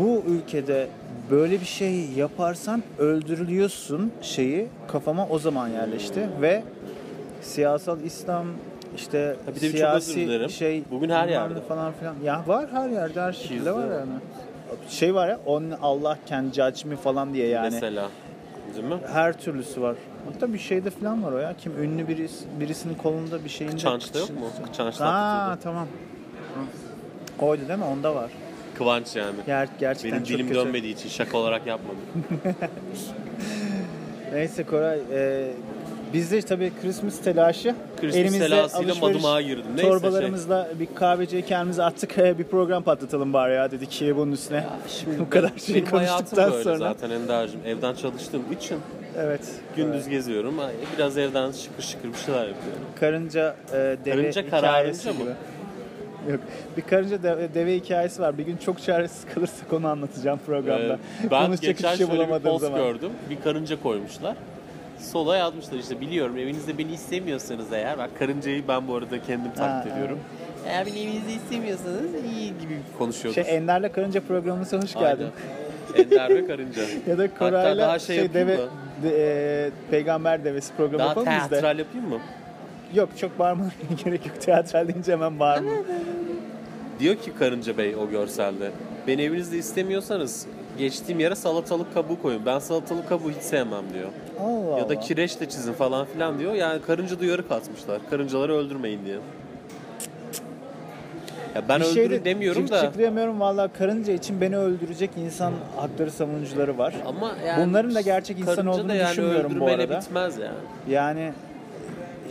Speaker 2: bu ülkede böyle bir şey yaparsan öldürülüyorsun şeyi kafama o zaman yerleşti ve siyasal İslam işte
Speaker 3: Ha bir de çok özür
Speaker 2: siyasi
Speaker 3: dilerim.
Speaker 2: şey
Speaker 3: Bugün her
Speaker 2: bilmem ne
Speaker 3: yerde.
Speaker 2: falan filan ya var her yerde her şekilde
Speaker 3: Yüzde
Speaker 2: var
Speaker 3: var.
Speaker 2: yani şey var ya on Allah can judge me falan diye yani
Speaker 3: Mesela. Değil mi?
Speaker 2: her türlüsü var hatta bir şeyde falan var o ya kim ünlü birisi, birisinin kolunda bir şeyinde
Speaker 3: Kıçançta yok mu? Kıçançta
Speaker 2: Aa
Speaker 3: atılıyordu.
Speaker 2: tamam oydu değil mi onda var
Speaker 3: Kıvanç yani.
Speaker 2: Ger- gerçekten
Speaker 3: Benim
Speaker 2: çok
Speaker 3: dilim
Speaker 2: kötü.
Speaker 3: dönmediği için şaka olarak yapmadım.
Speaker 2: Neyse Koray, e, biz de tabii Christmas telaşı.
Speaker 3: Christmas telaşıyla madımağa girdim. Neyse, şey.
Speaker 2: torbalarımızla bir kahveciye kendimizi attık. E, bir program patlatalım bari ya dedik ki bunun üstüne. bu kadar şey
Speaker 3: Benim hayatım
Speaker 2: konuştuktan
Speaker 3: böyle
Speaker 2: sonra.
Speaker 3: zaten Ender'cim. Evden çalıştığım için
Speaker 2: Evet.
Speaker 3: gündüz geziyorum. Ay, Biraz evden şıkır şıkır bir şeyler yapıyorum.
Speaker 2: Karınca e, deve
Speaker 3: Karınca
Speaker 2: hikayesi
Speaker 3: kararınca mı?
Speaker 2: gibi. Yok. Bir karınca deve, deve hikayesi var. Bir gün çok çaresiz kalırsak onu anlatacağım programda.
Speaker 3: Ee, ben
Speaker 2: Konuşacak
Speaker 3: geçen
Speaker 2: hiçbir şey
Speaker 3: şöyle bir
Speaker 2: bulamadığım
Speaker 3: post
Speaker 2: zaman.
Speaker 3: gördüm. Bir karınca koymuşlar. Sola yazmışlar işte biliyorum evinizde beni istemiyorsanız eğer. Bak karıncayı ben bu arada kendim taklit
Speaker 2: ha.
Speaker 3: ediyorum. Eğer beni evinizde istemiyorsanız iyi gibi konuşuyoruz.
Speaker 2: Şey Ender'le Karınca programımıza hoş
Speaker 3: Aynen.
Speaker 2: geldin.
Speaker 3: Ender ve karınca.
Speaker 2: Ya da
Speaker 3: Hatta
Speaker 2: Koray'la
Speaker 3: daha
Speaker 2: şey,
Speaker 3: şey, yapayım
Speaker 2: deve,
Speaker 3: mı?
Speaker 2: de- e, peygamber devesi programı
Speaker 3: Daha
Speaker 2: yapalım biz de.
Speaker 3: teatral yapayım mı?
Speaker 2: Yok çok bağırmana gerek yok. Teatral deyince hemen bağırma.
Speaker 3: Diyor ki Karınca Bey o görselde. Beni evinizde istemiyorsanız geçtiğim yere salatalık kabuğu koyun. Ben salatalık kabuğu hiç sevmem diyor.
Speaker 2: Allah
Speaker 3: Ya da
Speaker 2: Allah.
Speaker 3: kireç de çizin falan filan diyor. Yani karınca duyarı katmışlar. Karıncaları öldürmeyin diye. Ya ben
Speaker 2: Bir şey
Speaker 3: öldürün
Speaker 2: de
Speaker 3: demiyorum da
Speaker 2: Çıklayamıyorum valla karınca için beni öldürecek insan hakları savunucuları var.
Speaker 3: ama yani
Speaker 2: Bunların da gerçek insan
Speaker 3: karınca da
Speaker 2: olduğunu
Speaker 3: yani
Speaker 2: düşünmüyorum bu
Speaker 3: öldürmeyle
Speaker 2: arada.
Speaker 3: bitmez yani.
Speaker 2: Yani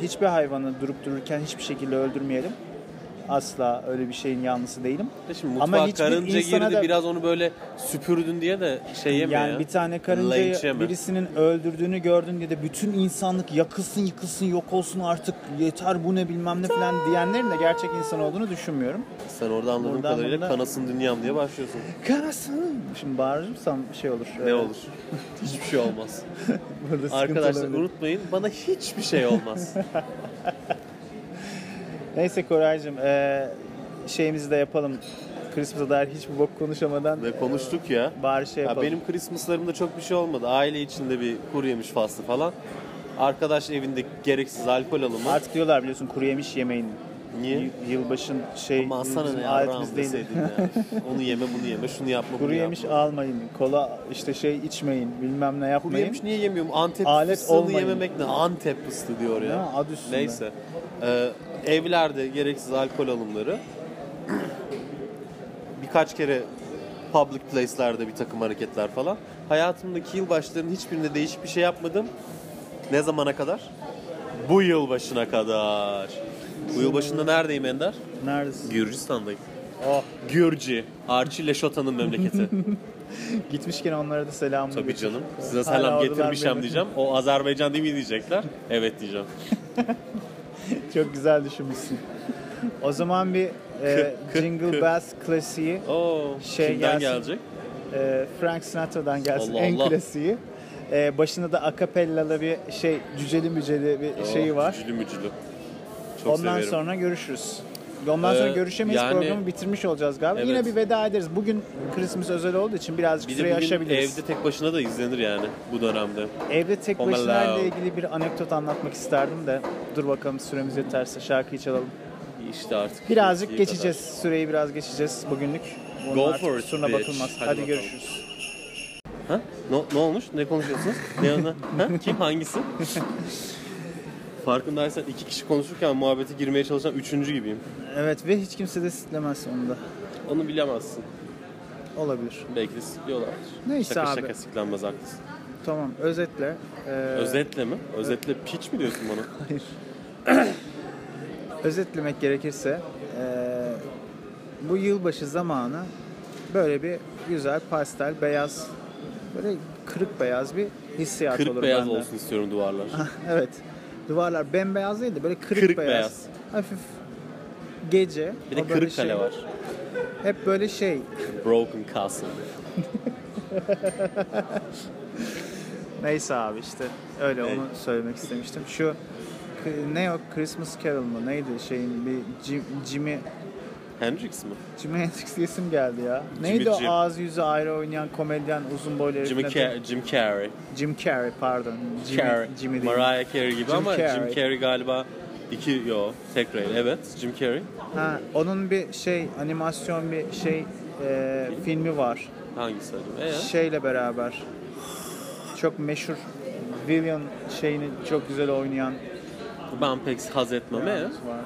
Speaker 2: hiçbir hayvanı durup dururken hiçbir şekilde öldürmeyelim. Asla öyle bir şeyin yanlısı değilim.
Speaker 3: De Şimdi
Speaker 2: Ama
Speaker 3: mutfağa
Speaker 2: hiçbir
Speaker 3: karınca
Speaker 2: insana
Speaker 3: girdi
Speaker 2: da-
Speaker 3: biraz onu böyle süpürdün diye de şey yeme
Speaker 2: yani
Speaker 3: ya.
Speaker 2: bir tane
Speaker 3: Linç
Speaker 2: karıncayı
Speaker 3: yeme.
Speaker 2: birisinin öldürdüğünü gördün diye de bütün insanlık yakılsın yıkılsın yok olsun artık yeter bu ne bilmem ne falan diyenlerin de gerçek insan olduğunu düşünmüyorum.
Speaker 3: Sen orada anladığım
Speaker 2: Buradan
Speaker 3: kadarıyla
Speaker 2: bunda-
Speaker 3: kanasın dünyam diye başlıyorsun.
Speaker 2: Karasın. Şimdi bağırırsam şey olur.
Speaker 3: Ne olur. Hiçbir şey olmaz.
Speaker 2: Burada sıkıntı
Speaker 3: Arkadaşlar
Speaker 2: olabilir.
Speaker 3: unutmayın bana hiçbir şey olmaz.
Speaker 2: Neyse Koraycığım eee, şeyimizi de yapalım. Christmas'a dair hiçbir bok konuşamadan
Speaker 3: Ve konuştuk ya.
Speaker 2: bari şey
Speaker 3: ya
Speaker 2: yapalım.
Speaker 3: benim Christmas'larımda çok bir şey olmadı. Aile içinde bir kuru yemiş faslı falan. Arkadaş evinde gereksiz alkol alımı.
Speaker 2: Artık diyorlar biliyorsun kuru yemiş yemeyin.
Speaker 3: Niye?
Speaker 2: Y- Yılbaşın şey
Speaker 3: Aman sana
Speaker 2: bizim
Speaker 3: ne
Speaker 2: adetimiz
Speaker 3: Allah'ım
Speaker 2: değil.
Speaker 3: deseydin ya. Onu yeme bunu yeme şunu yapma
Speaker 2: Kuru
Speaker 3: bunu
Speaker 2: yemiş
Speaker 3: yapma.
Speaker 2: almayın. Kola işte şey içmeyin. Bilmem ne yapmayın.
Speaker 3: Kuru yemiş niye yemiyorum? Antep
Speaker 2: Alet
Speaker 3: fıstığını
Speaker 2: olmayın.
Speaker 3: yememek ne? Antep fıstığı diyor ya.
Speaker 2: Ya, adı üstünde.
Speaker 3: Neyse. Ee, evlerde gereksiz alkol alımları. Birkaç kere public place'lerde bir takım hareketler falan. Hayatımdaki yılbaşlarının hiçbirinde değişik bir şey yapmadım. Ne zamana kadar? Bu yılbaşına kadar. Bu yılbaşında neredeyim Ender?
Speaker 2: Neredesin?
Speaker 3: Gürcistan'dayım.
Speaker 2: Oh,
Speaker 3: Gürcü. Arçil ile Şota'nın memleketi.
Speaker 2: gitmişken onlara da selamını
Speaker 3: Tabii
Speaker 2: götür.
Speaker 3: canım. Size
Speaker 2: Hala
Speaker 3: selam
Speaker 2: oradalar
Speaker 3: getirmişem
Speaker 2: benim.
Speaker 3: diyeceğim. O Azerbaycan değil mi diyecekler. Evet diyeceğim.
Speaker 2: Çok güzel düşünmüşsün. o zaman bir e,
Speaker 3: Kı- kı-
Speaker 2: Jingle
Speaker 3: kı.
Speaker 2: Bells klasiği
Speaker 3: Oo,
Speaker 2: Şey
Speaker 3: kimden
Speaker 2: gelsin.
Speaker 3: gelecek?
Speaker 2: e, Frank Sinatra'dan gelsin
Speaker 3: Allah
Speaker 2: en
Speaker 3: Allah.
Speaker 2: klasiği. E, başında da akapellalı bir şey cüceli müceli bir şeyi
Speaker 3: Oo,
Speaker 2: var.
Speaker 3: Cücülü mücülü. Çok
Speaker 2: Ondan
Speaker 3: severim.
Speaker 2: sonra görüşürüz. Ondan sonra
Speaker 3: Ee,
Speaker 2: görüşemeyiz
Speaker 3: yani-
Speaker 2: programı bitirmiş olacağız galiba.
Speaker 3: Evet.
Speaker 2: Yine bir veda ederiz. Bugün Christmas özel olduğu için birazcık
Speaker 3: bir de
Speaker 2: süreyi
Speaker 3: bugün
Speaker 2: aşabiliriz.
Speaker 3: evde tek başına da izlenir yani bu dönemde.
Speaker 2: Evde tek
Speaker 3: Aman
Speaker 2: başına
Speaker 3: Allah'ım.
Speaker 2: ile ilgili bir anekdot anlatmak isterdim de dur bakalım süremiz yeterse şarkıyı çalalım.
Speaker 3: İşte artık.
Speaker 2: Birazcık
Speaker 3: iyi
Speaker 2: geçeceğiz. Süreyi biraz geçeceğiz bugünlük. Bunun
Speaker 3: Go
Speaker 2: artık
Speaker 3: for it,
Speaker 2: kusuruna
Speaker 3: bitch.
Speaker 2: bakılmaz. Hadi,
Speaker 3: Hadi bakalım.
Speaker 2: görüşürüz.
Speaker 3: kadar. Ha? Ne, ne olmuş? Ne konuşuyorsunuz? ne ona? Ha? Kim? Hangisi? Farkındaysan iki kişi konuşurken muhabbete girmeye çalışan üçüncü gibiyim.
Speaker 2: Evet ve hiç kimse de sitlemez onu da.
Speaker 3: Onu bilemezsin.
Speaker 2: Olabilir.
Speaker 3: Belki de sikliyorlardır.
Speaker 2: Neyse
Speaker 3: şaka
Speaker 2: abi.
Speaker 3: şaka siklenmez haklısın.
Speaker 2: Tamam özetle. e,
Speaker 3: Özetle mi? Özetle piç mi diyorsun bana?
Speaker 2: Hayır. Özetlemek gerekirse eee, bu yılbaşı zamanı böyle bir güzel pastel beyaz böyle kırık beyaz bir hissiyat
Speaker 3: Kırık
Speaker 2: olur
Speaker 3: beyaz
Speaker 2: bende.
Speaker 3: olsun istiyorum duvarlar.
Speaker 2: evet. Duvarlar bembeyaz değil de böyle kırık,
Speaker 3: Kırık
Speaker 2: beyaz.
Speaker 3: beyaz.
Speaker 2: Hafif gece.
Speaker 3: Bir de
Speaker 2: o böyle
Speaker 3: kırık
Speaker 2: şey-
Speaker 3: kale var.
Speaker 2: Hep böyle şey.
Speaker 3: Broken Castle.
Speaker 2: Neyse abi işte öyle
Speaker 3: Ne?
Speaker 2: onu söylemek istemiştim. Şu k- ne o Christmas Carol mu neydi şeyin bir Jim, Jimmy
Speaker 3: Hendrix mi?
Speaker 2: Jimi Hendrix diyesim geldi ya. Neydi
Speaker 3: Jim.
Speaker 2: o ağzı yüzü ayrı oynayan komedyen uzun boylu herifin
Speaker 3: Jimmy
Speaker 2: adı?
Speaker 3: Car- Jim Carrey.
Speaker 2: Jim Carrey pardon. Jimmy,
Speaker 3: Carrey.
Speaker 2: Jimmy değil.
Speaker 3: Mariah Carey gibi
Speaker 2: Jim
Speaker 3: ama
Speaker 2: Carrey.
Speaker 3: Jim Carrey galiba iki yo tek rey. Evet Jim Carrey.
Speaker 2: Ha, onun bir şey animasyon bir şey e, filmi var.
Speaker 3: Hangisi acaba? Ee?
Speaker 2: Şeyle beraber. Çok meşhur Villain şeyini çok güzel oynayan
Speaker 3: Ben pek haz etmem. Ee?
Speaker 2: yalnız var.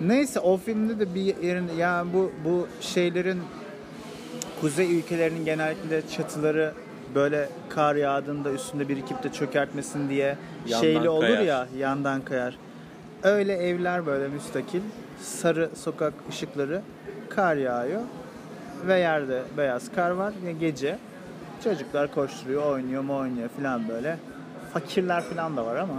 Speaker 2: Neyse o filmde de bir yerin yani bu bu şeylerin kuzey ülkelerinin genellikle çatıları böyle kar yağdığında üstünde birikip de çökertmesin diye
Speaker 3: Yandan
Speaker 2: şeyli olur
Speaker 3: kayar.
Speaker 2: ya yandan kayar. Öyle evler böyle müstakil sarı sokak ışıkları kar yağıyor ve yerde beyaz kar var ve gece çocuklar koşturuyor oynuyor mu oynuyor falan böyle fakirler falan da var ama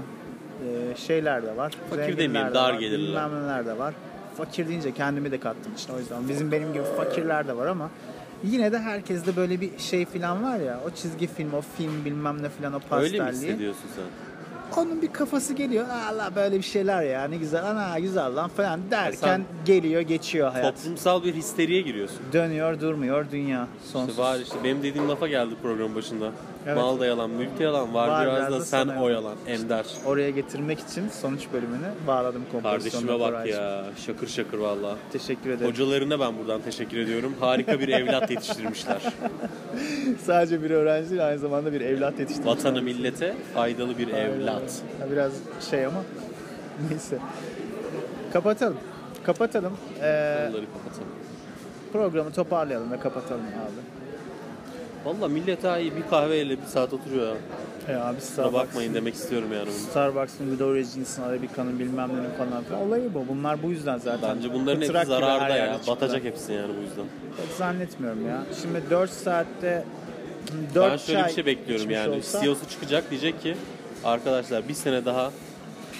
Speaker 2: e, şeyler de var
Speaker 3: Fakir
Speaker 2: zenginler
Speaker 3: demeyeyim,
Speaker 2: de
Speaker 3: dar
Speaker 2: var,
Speaker 3: gelirli.
Speaker 2: bilmem neler de var fakir deyince kendimi de kattım işte o yüzden bizim benim gibi fakirler de var ama yine de herkeste böyle bir şey falan var ya o çizgi film o film bilmem ne falan o
Speaker 3: Öyle mi
Speaker 2: pastelliği
Speaker 3: hissediyorsun sen?
Speaker 2: onun bir kafası geliyor. "Aa, Allah böyle bir şeyler ya ne güzel ana güzel lan falan derken
Speaker 3: Sen-
Speaker 2: geliyor geçiyor hayat.
Speaker 3: Toplumsal bir histeriye giriyorsun.
Speaker 2: Dönüyor durmuyor dünya sonsuz.
Speaker 3: İşte var işte benim dediğim lafa geldi programın başında.
Speaker 2: Evet.
Speaker 3: Mal da yalan, mülk de yalan, var, biraz, da sen
Speaker 2: sana
Speaker 3: o
Speaker 2: yalan.
Speaker 3: yalan. Ender.
Speaker 2: Oraya getirmek için sonuç bölümünü bağladım kompozisyonla.
Speaker 3: Kardeşime bak
Speaker 2: Koraycığım.
Speaker 3: ya. Şakır şakır valla.
Speaker 2: Teşekkür ederim.
Speaker 3: Hocalarına ben buradan teşekkür ediyorum. Harika bir evlat yetiştirmişler.
Speaker 2: Sadece bir öğrenci değil aynı zamanda bir evlat yetiştirmiş.
Speaker 3: Vatanı millete faydalı bir
Speaker 2: Aynen.
Speaker 3: evlat.
Speaker 2: Ya Biraz şey ama neyse. Kapatalım. Kapatalım. Ee,
Speaker 3: Bunları kapatalım.
Speaker 2: programı toparlayalım ve kapatalım abi.
Speaker 3: Valla millet ha iyi bir kahveyle bir saat oturuyor ya.
Speaker 2: E abi
Speaker 3: Kusura
Speaker 2: Starbucks.
Speaker 3: bakmayın demek istiyorum yani. bunu.
Speaker 2: Starbucks'ın Good Origins'in, Arabica'nın bilmem nenin falan filan. Olayı bu. Bunlar bu yüzden zaten.
Speaker 3: Bence bunların hepsi
Speaker 2: Fıtrak gibi her
Speaker 3: zararda
Speaker 2: yerde
Speaker 3: ya.
Speaker 2: çıktılar.
Speaker 3: Batacak hepsi yani bu yüzden.
Speaker 2: Çok zannetmiyorum ya. Şimdi 4 saatte 4
Speaker 3: Ben şöyle bir şey bekliyorum yani.
Speaker 2: Olsa,
Speaker 3: CEO'su çıkacak diyecek ki arkadaşlar bir sene daha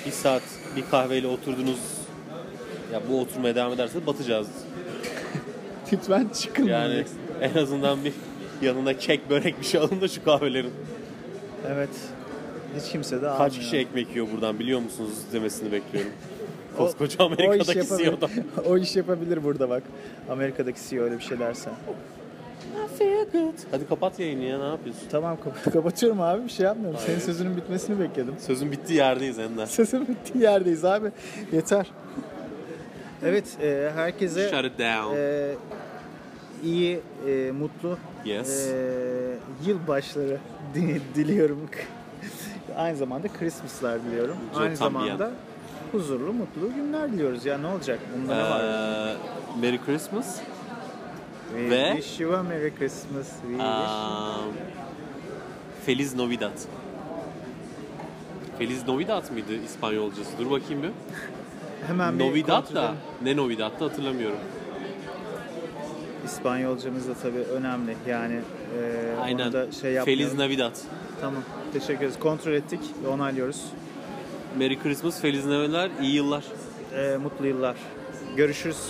Speaker 3: bir saat bir kahveyle oturdunuz. Ya bu oturmaya devam ederse batacağız.
Speaker 2: lütfen çıkın.
Speaker 3: Yani en azından bir yanında kek börek bir şey alın da şu kahvelerin.
Speaker 2: Evet. Hiç kimse de almıyor.
Speaker 3: Kaç kişi ekmek yiyor buradan biliyor musunuz demesini bekliyorum.
Speaker 2: O-
Speaker 3: Koskoca
Speaker 2: o iş
Speaker 3: Amerika'daki E
Speaker 2: yapabilir.
Speaker 3: CEO'dan.
Speaker 2: o iş yapabilir burada bak. Amerika'daki CEO öyle bir şey derse.
Speaker 3: Hadi kapat yayını ya ne yapıyorsun?
Speaker 2: Tamam kap- kapatıyorum abi bir şey yapmıyorum.
Speaker 3: Hayır.
Speaker 2: Senin sözünün bitmesini bekledim.
Speaker 3: Sözün bittiği yerdeyiz Ender.
Speaker 2: Sözün bittiği yerdeyiz abi. Yeter. Evet e, herkese
Speaker 3: Shut it down.
Speaker 2: e, iyi, e, mutlu
Speaker 3: Yes.
Speaker 2: e, yılbaşları di- diliyorum. Aynı zamanda Christmas'lar diliyorum.
Speaker 3: Çok
Speaker 2: Aynı
Speaker 3: tam bir yan.
Speaker 2: zamanda huzurlu, mutlu günler diliyoruz. Ya ne olacak? Bunda ne var?
Speaker 3: Ee, Merry Christmas.
Speaker 2: We
Speaker 3: ve-
Speaker 2: wish you a Merry Christmas. We wish
Speaker 3: Um, Feliz Navidad. Feliz Navidad mıydı İspanyolcası? Dur bakayım bir.
Speaker 2: Hemen bir
Speaker 3: Novidad
Speaker 2: kontrol
Speaker 3: da.
Speaker 2: edelim.
Speaker 3: Ne Novidad da hatırlamıyorum.
Speaker 2: İspanyolcamız da tabii önemli. Yani e,
Speaker 3: Aynen.
Speaker 2: onu da şey
Speaker 3: Feliz
Speaker 2: yapmayalım.
Speaker 3: Navidad.
Speaker 2: Tamam. Teşekkür ederiz. Kontrol ettik ve onaylıyoruz.
Speaker 3: Merry Christmas, Feliz Navidad, iyi yıllar.
Speaker 2: E, mutlu yıllar. Görüşürüz.